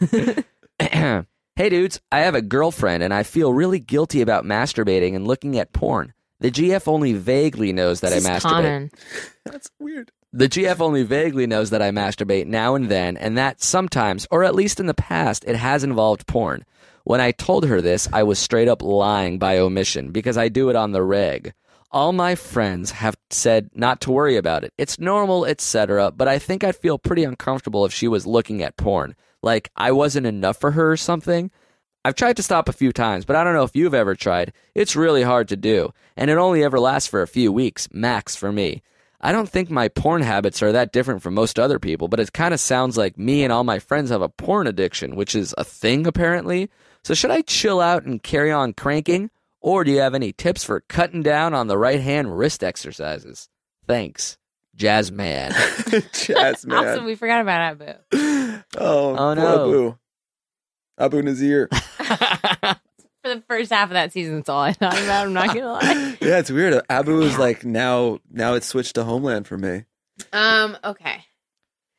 writes <clears throat> Hey dudes, I have a girlfriend and I feel really guilty about masturbating and looking at porn. The GF only vaguely knows that
This
I
is
masturbate.
common.
<laughs> That's weird. <laughs>
The GF only vaguely knows that I masturbate now and then, and that sometimes, or at least in the past, it has involved porn. When I told her this, I was straight up lying by omission because I do it on the reg. All my friends have said not to worry about it. It's normal, etc., but I think I'd feel pretty uncomfortable if she was looking at porn. Like I wasn't enough for her or something. I've tried to stop a few times, but I don't know if you've ever tried. It's really hard to do, and it only ever lasts for a few weeks, max for me. I don't think my porn habits are that different from most other people, but it kind of sounds like me and all my friends have a porn addiction, which is a thing apparently. So should I chill out and carry on cranking, or do you have any tips for cutting down on the right hand wrist exercises? Thanks, Jazz Man.
Jasmine.
Also, we forgot about Abu.
<laughs> Oh,
Oh,
poor
no.
Abu. Abu
<laughs>
Nazir.
For the first half of that season, that's all I thought about. I'm not going to lie.
yeah, it's weird. Abu is like now. Now it's switched to Homeland for me.
<laughs> Um, okay.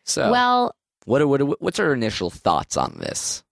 So,
Well,
what, what what's our initial thoughts on this?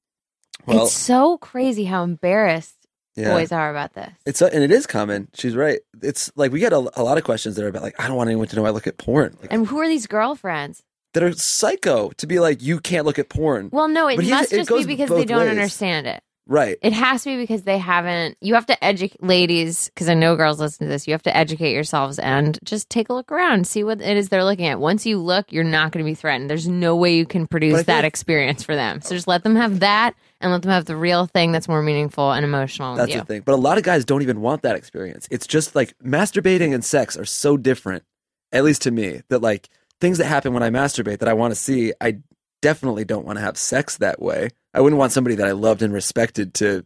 Well,
it's so crazy how embarrassed
yeah.
boys are about this.
It's uh, and it is common. She's right. It's like we get a, a lot of questions that are about like I don't want anyone to know I look at porn. Like,
and who are these girlfriends?
that are psycho to be like you can't look at porn.
Well, no, it
But here's-
must
it
just
goes
be because they
both
don't
ways.
understand it.
right.
It has to be because they haven't. You have to educate ladies, because I know girls listen to this. You have to educate yourselves and just take a look around, see what it is they're looking at. Once you look, you're not going to be threatened. There's no way you can
But I
produce
feel
that
like-
experience for them. So just let them have that, and let them have the real thing that's more meaningful and emotional.
That's
with you.
the thing. But a lot of guys don't even want that experience. It's just like masturbating and sex are so different, at least to me, that like things that happen when I masturbate that I want to see, I definitely don't want to have sex that way. I wouldn't want somebody that I loved and respected
<laughs>
to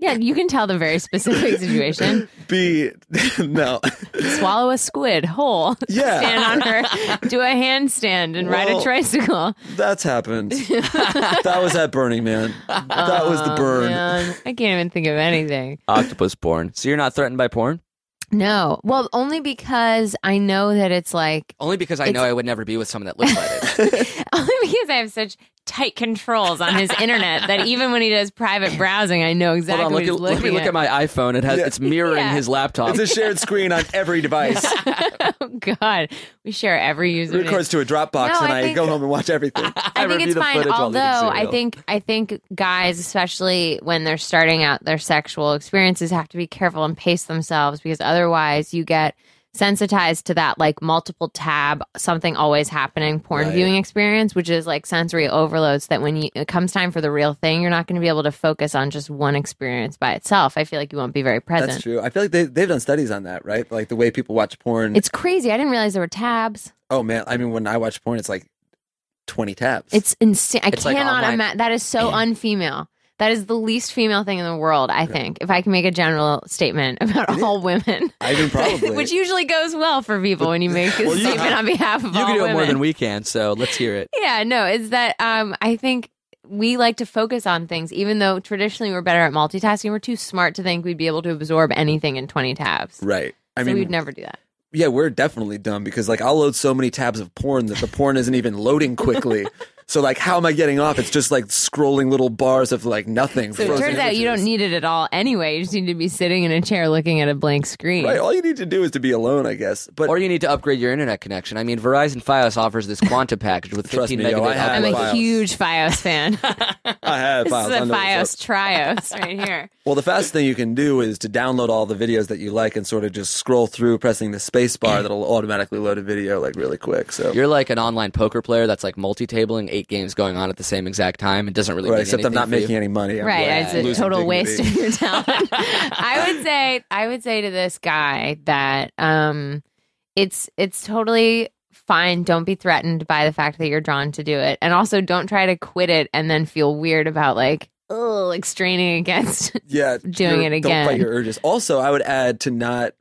Yeah, you can tell the
<laughs>
very specific situation.
be <laughs>
<laughs>
no.
Swallow a squid whole,
Yeah.
stand
<laughs>
on her, do a handstand, and ride a
Well,
tricycle.
That's
<laughs>
happened. that was at Burning Man. That was the
Oh,
burn.
man. I can't even think of anything.
Octopus porn. So you're not threatened by porn?
No, well, only because I know that it's like <laughs>
Only because I
It's-
know I would never be with someone that looks like it.
only because I have such tight controls on his internet that even when he does private browsing, I know exactly
Hold on,
what
look
he's
at, let me
looking
look at my iPhone. It has
Yeah.
it's mirroring
Yeah.
his laptop. <laughs>
It's a shared screen on every
<laughs>
device.
<laughs> oh God, we share every
It
user.
records to a Dropbox,
No,
and
I
I,
think-
go home and watch everything.
<laughs> I think
review
it's
the
fine.
footage, all
Although
the consumer
I
will.
think I think guys, especially when they're starting out their sexual experiences, have to be careful and pace themselves because otherwise you get sensitized to that like multiple tab something always happening porn
Right.
viewing experience which is like sensory overloads that when you, it comes time for the real thing you're not going to be able to focus on just one experience by itself i feel like you won't be very
That's
present
true. I feel like they, they've done studies on that, right? Like the way people watch porn.
it's crazy i didn't realize there were tabs
Oh man, I mean, when I watch porn, it's like twenty taps.
It's insane. I
It's like
cannot
online-
imagine. That is so unfemale. That is the least female thing in the world, I think, if I can make a general statement <laughs> about all women. <laughs>
I mean, probably.
Which usually goes well for people when you make a
Well, you-
statement on behalf of
you
all
can do
women.
it more than we can, so let's hear it.
<laughs> yeah, no, it's that um, I think we like to focus on things, even though traditionally we're better at multitasking. We're too smart to think we'd be able to absorb anything in 20 tabs.
right? I
so
mean,
we'd never do that.
yeah, we're definitely dumb because like I'll load so many tabs of porn that the porn isn't even loading quickly. So like, how am I getting off? It's just like scrolling little bars of like nothing.
So it
frozen
turns out you
images.
don't need it at all anyway. You just need to be sitting in a chair looking at a blank screen.
Right, all you need to do is to be alone, I guess. But
Or you need to upgrade your internet connection. I mean, Verizon Fios offers this Quanta package with
Trust
15
me, yo, I
megabit
have
I'm a
Fios.
huge Fios fan. <laughs>
I have
this
files.
is
I
a
know what's
Fios
up.
Trios
<laughs>
right here.
Well, the fastest thing you can do is to download all the videos that you like and sort of just scroll through, pressing the space bar. That'll automatically load a video like really quick. So
You're like an online poker player that's like multi-tabling eight games going on at the same exact time. It doesn't really
right,
mean
except I'm
anything
not
for you.
making any money. I'm
right.
like,
It's a
losing
total waste <laughs>
dignity.
of your talent. I would say I would say to this guy that um it's it's totally fine. Don't be threatened by the fact that you're drawn to do it. And also don't try to quit it and then feel weird about like oh like straining against <laughs>
yeah
doing
you're-
it
Don't fight
again.
your urges. Also, I would add to not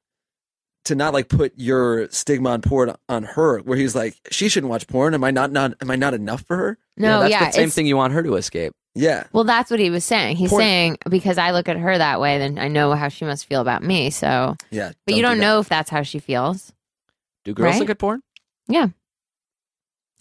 to not like put your stigma on porn on her, where he's like, she shouldn't watch porn. Am I not not am I not enough for her?
yeah,
No,
that's
yeah.
the same
it's-
thing you want her to escape.
Yeah,
Well, that's what he was saying. He's
Point-
saying because I look at her that way, then I know how she must feel about me. So,
yeah.
but you don't
do that.
know if that's how she feels.
Do girls
Right?
look at porn?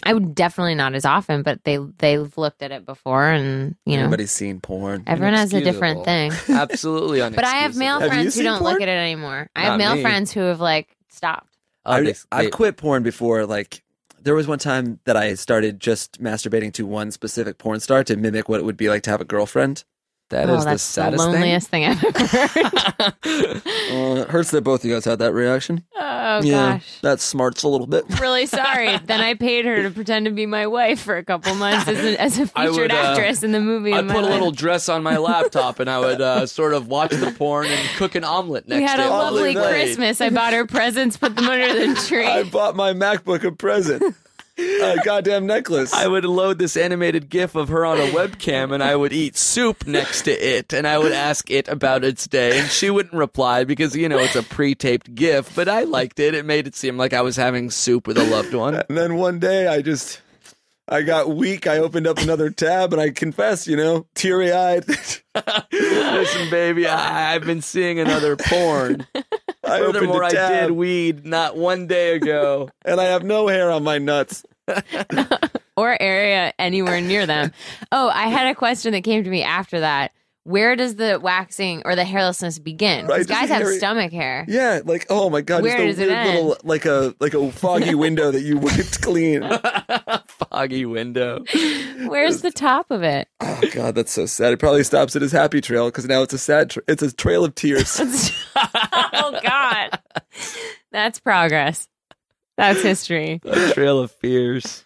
I would definitely not as often, but they they've looked at it before, and you know,
Everybody's seen porn.
everyone has a
<laughs>
different thing.
Absolutely
But I have male
Have you
friends who
seen
don't
porn?
look at it anymore. I
Not
have male
me.
friends who have like stopped.
Oh,
I,
they-
I've
they-
quit porn before. Like there was one time that I started just masturbating to one specific porn star to mimic what it would be like to have a girlfriend.
that
oh,
is the
that's
saddest
the
thing.
loneliest thing, I've
<laughs>
ever heard.
Uh, it hurts that both of you guys had that reaction.
oh
yeah,
gosh.
that smarts a little bit.
Really sorry. then I paid her to pretend to be my wife for a couple months as a, as a
<laughs> I would,
featured
uh,
actress in the movie.
I
of
put
my
a
life.
little dress on my laptop and I would
<laughs>
uh, sort of watch the porn and cook an omelet next
We had
to
a
it.
lovely
Lovely night.
Christmas. I bought her presents, put them
<laughs>
under the tree.
I bought my MacBook a present.
<laughs>
A goddamn necklace.
I would load this animated GIF of her on a webcam, and I would eat soup next to it, and I would ask it about its day, and she wouldn't reply because you know it's a pre-taped GIF. But I liked it; it made it seem like I was having soup with a loved
<laughs>
one.
and then one day I just I got weak. I opened up another tab and I confess, you know, teary <laughs> eyed.
Listen, baby, I- I've been seeing another porn.
I opened
Furthermore,
a
I did
tab
weed not one day ago.
and I have no hair on my nuts.
or area anywhere near
<laughs>
them. Oh, I had a question that came to me after that. Where does the waxing or the hairlessness begin?
Right,
Because
just
guys have
hairy-
<laughs>
stomach hair.
Yeah, like oh my god,
Where
just
does
a
it
weird
end?
little like a like a
<laughs>
foggy window that you wiped clean. Oh,
Foggy window.
Where's the top
<laughs>
of it?
Oh god, that's so sad. It probably stops at his happy trail because now it's a sad. Tra- it's a trail of
<laughs>
tears. <laughs>
oh God, that's progress.
<laughs>
That's history.
A trail of fears.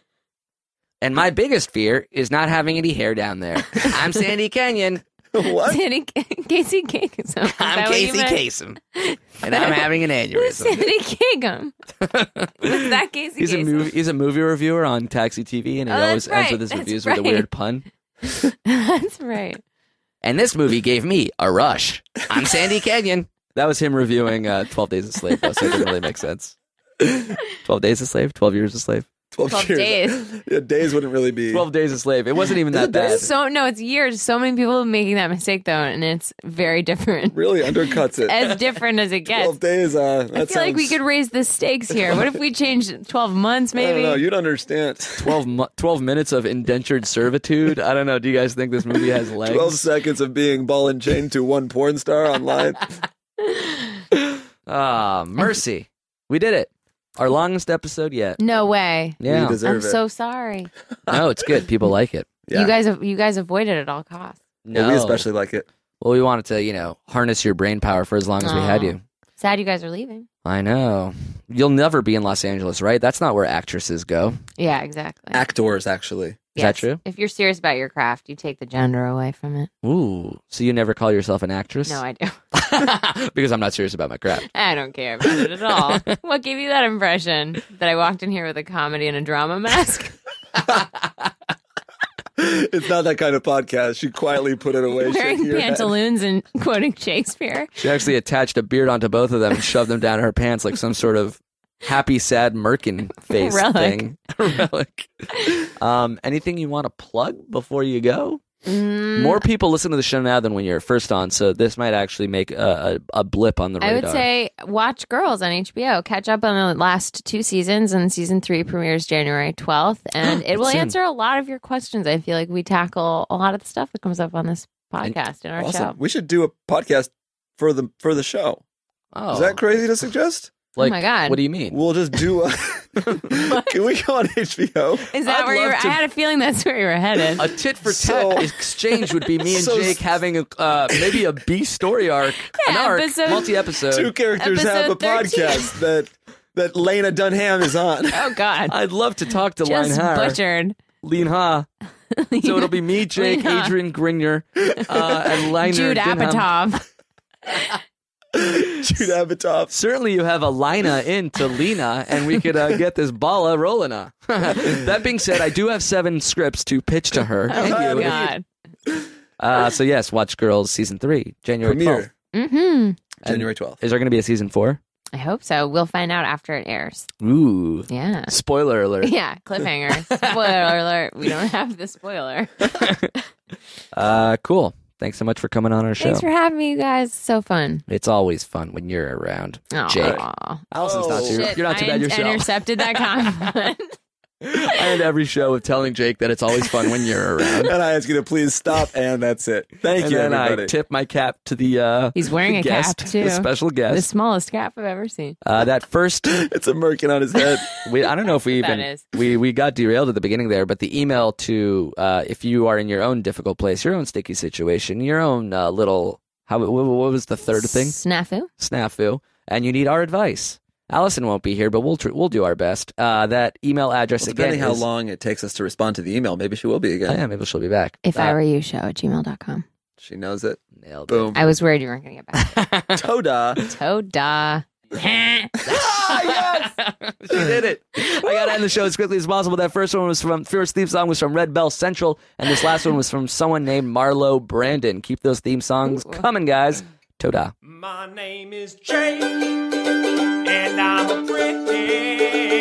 And my biggest fear is not having any hair down there. I'm Sandy
<laughs>
Kenyon.
what?
Sandy Casey Cakeham. Is that
I'm
what you
Casey
meant?
Kasem, and I'm having
<laughs>
an
Who's
aneurysm.
Sandy Cakeham? Was that Casey
He's a
Kasem?
movie. He's a movie reviewer on Taxi TV, and he
Oh, that's
always ends
right.
with his
That's
reviews with a
right.
weird pun.
<laughs> that's right.
And this movie gave me a rush. I'm Sandy Kenyon. That was him reviewing uh, Twelve Days a Slave, though, so it didn't really make
<laughs>
sense. Twelve Days a Slave, Twelve Years a <laughs> Slave,
Twelve,
12
years.
days.
Yeah, days wouldn't really be.
Twelve Days a Slave. It wasn't even that bad.
So no, it's years. So many people making that mistake though, and it's very different.
Really undercuts it.
as different as
<laughs>
it gets.
Twelve days. Uh, that
I feel like we could
sounds-
raise the stakes here. What if we changed 12 months,
I don't know.
maybe?
You'd understand.
12, mu- 12 minutes of indentured servitude. I don't know. Do you guys think this movie has legs?
Twelve seconds of being ball and chain to one porn star
<laughs>
online.
Ah, mercy. We did it. Our longest episode yet.
No way.
You
Yeah.
deserve
I'm
it.
so sorry.
No, it's good. People like it.
yeah.
You guys you guys avoid it at all costs.
No.
Well, we especially like it.
Well, we wanted to, you know, harness your brain power for as long as we had
Aw.
you.
Sad you guys are leaving.
I know. You'll never be in Los Angeles, right? That's not where actresses go.
Yeah, exactly.
Actors, actually.
Is that true?
If you're serious about your craft, you take the gender away from it.
Ooh. So you never call yourself an actress?
No, I do.
I- <laughs> because I'm not serious about my crap.
<laughs> I don't care about it
<laughs>
at all. what gave you that impression that I walked in here with a comedy and a
<laughs>
drama mask?
<laughs> It's not that kind of podcast. She quietly put it away. shaking
Wearing
her head.
pantaloons and <laughs> quoting Shakespeare.
She actually attached a beard onto both of them and shoved them down her pants like some sort of happy, sad merkin face
Relic. <laughs>
thing. Relic. Um, anything you want to plug before you go?
Mm.
More people listen to the show now than when you're first on, so this might actually make a, a, a blip on the radar.
I would say watch Girls on HBO. Catch up on the last two seasons, and season three premieres
<gasps>
January 12th. And it will
It's in.
answer a lot of your questions. I feel like we tackle a lot of the stuff that comes up on this podcast in our
Awesome.
show.
We should do a podcast for the for the show.
oh,
Is that crazy to suggest?
Oh my God.
What do you mean?
We'll just
<laughs>
do a. Can we go on HBO?
Is that
I'd
where you
love
were?
to-
I had a feeling that's where you were
<laughs>
headed.
a tit for tat
So-
exchange would be me and
<laughs> So-
Jake having a, uh, maybe a B story arc, an
<laughs> Yeah,
arc,
episode-
multi episode.
Two characters have a
Episode 13.
podcast that that Lena Dunham
<laughs>
is on.
oh God.
I'd love to talk to Lin
Just
Ha.
butchered.
Lin Ha. So
<laughs>
it'll be me, Jake,
Ha.
Adrian Grinier, uh,
<laughs>
and Liner
Jude
Dunham.
Apatow.
<laughs>
Jude Apatow.
Certainly, you have a Lina in to Lena, and we could <laughs> uh, get this balla rolling. <laughs> uh. that being said, I do have seven scripts to pitch to her.
Oh,
and you.
God.
Uh, so yes, watch Girls season three, January twelfth.
Premiere
Mm-hmm.
And-
January twelfth.
Is there going to be a season four?
I hope so. We'll find out after it airs.
Ooh,
Yeah.
spoiler
<laughs>
alert.
Yeah,
<laughs>
cliffhanger. Spoiler alert. We don't have the spoiler.
Uh, cool. Thanks so much for coming on our show.
Thanks for having me, you guys. So fun.
it's always fun when you're <laughs> around,
Aw.
Jake. Allison's
Oh.
not too.
Shit,
You're not too
I
bad yourself.
intercepted that
<laughs>
comment.
I end every show with telling Jake that it's always fun when you're around.
And I ask you to please stop, and that's it. Thank
and
you,
then
everybody.
I tip my cap to the uh,
He's wearing
the
a cap,
guest,
too.
the special
the
guest.
smallest cap I've ever seen.
Uh, that first
<laughs>
it's a merkin on
<laughs>
his head.
we I don't know if we
That
even
is.
we we got derailed at the beginning there, but the email to uh, if you are in your own difficult place, your own sticky situation, your own uh, little how what, what was the third thing
Snafu.
snafu, and you need our advice. Allison won't be here, but we'll tr- we'll do our best. Uh, that email address again.
Depending how
is-
long it takes us to respond to the email, maybe she will be
Oh,
again.
yeah, maybe she'll be back.
If
Uh,
I were you, show at gmail.com.
She knows it.
nailed it.
Boom.
I was worried you weren't going to
<laughs>
get back.
Toda.
Toda.
she did it. I gotta end the show as quickly as possible. That first one was from first theme song was from Red Bell Central, and this last one was from someone named Marlo Brandon. Keep those theme songs coming, guys. Toda.
My name is Jake, and I'm a pretty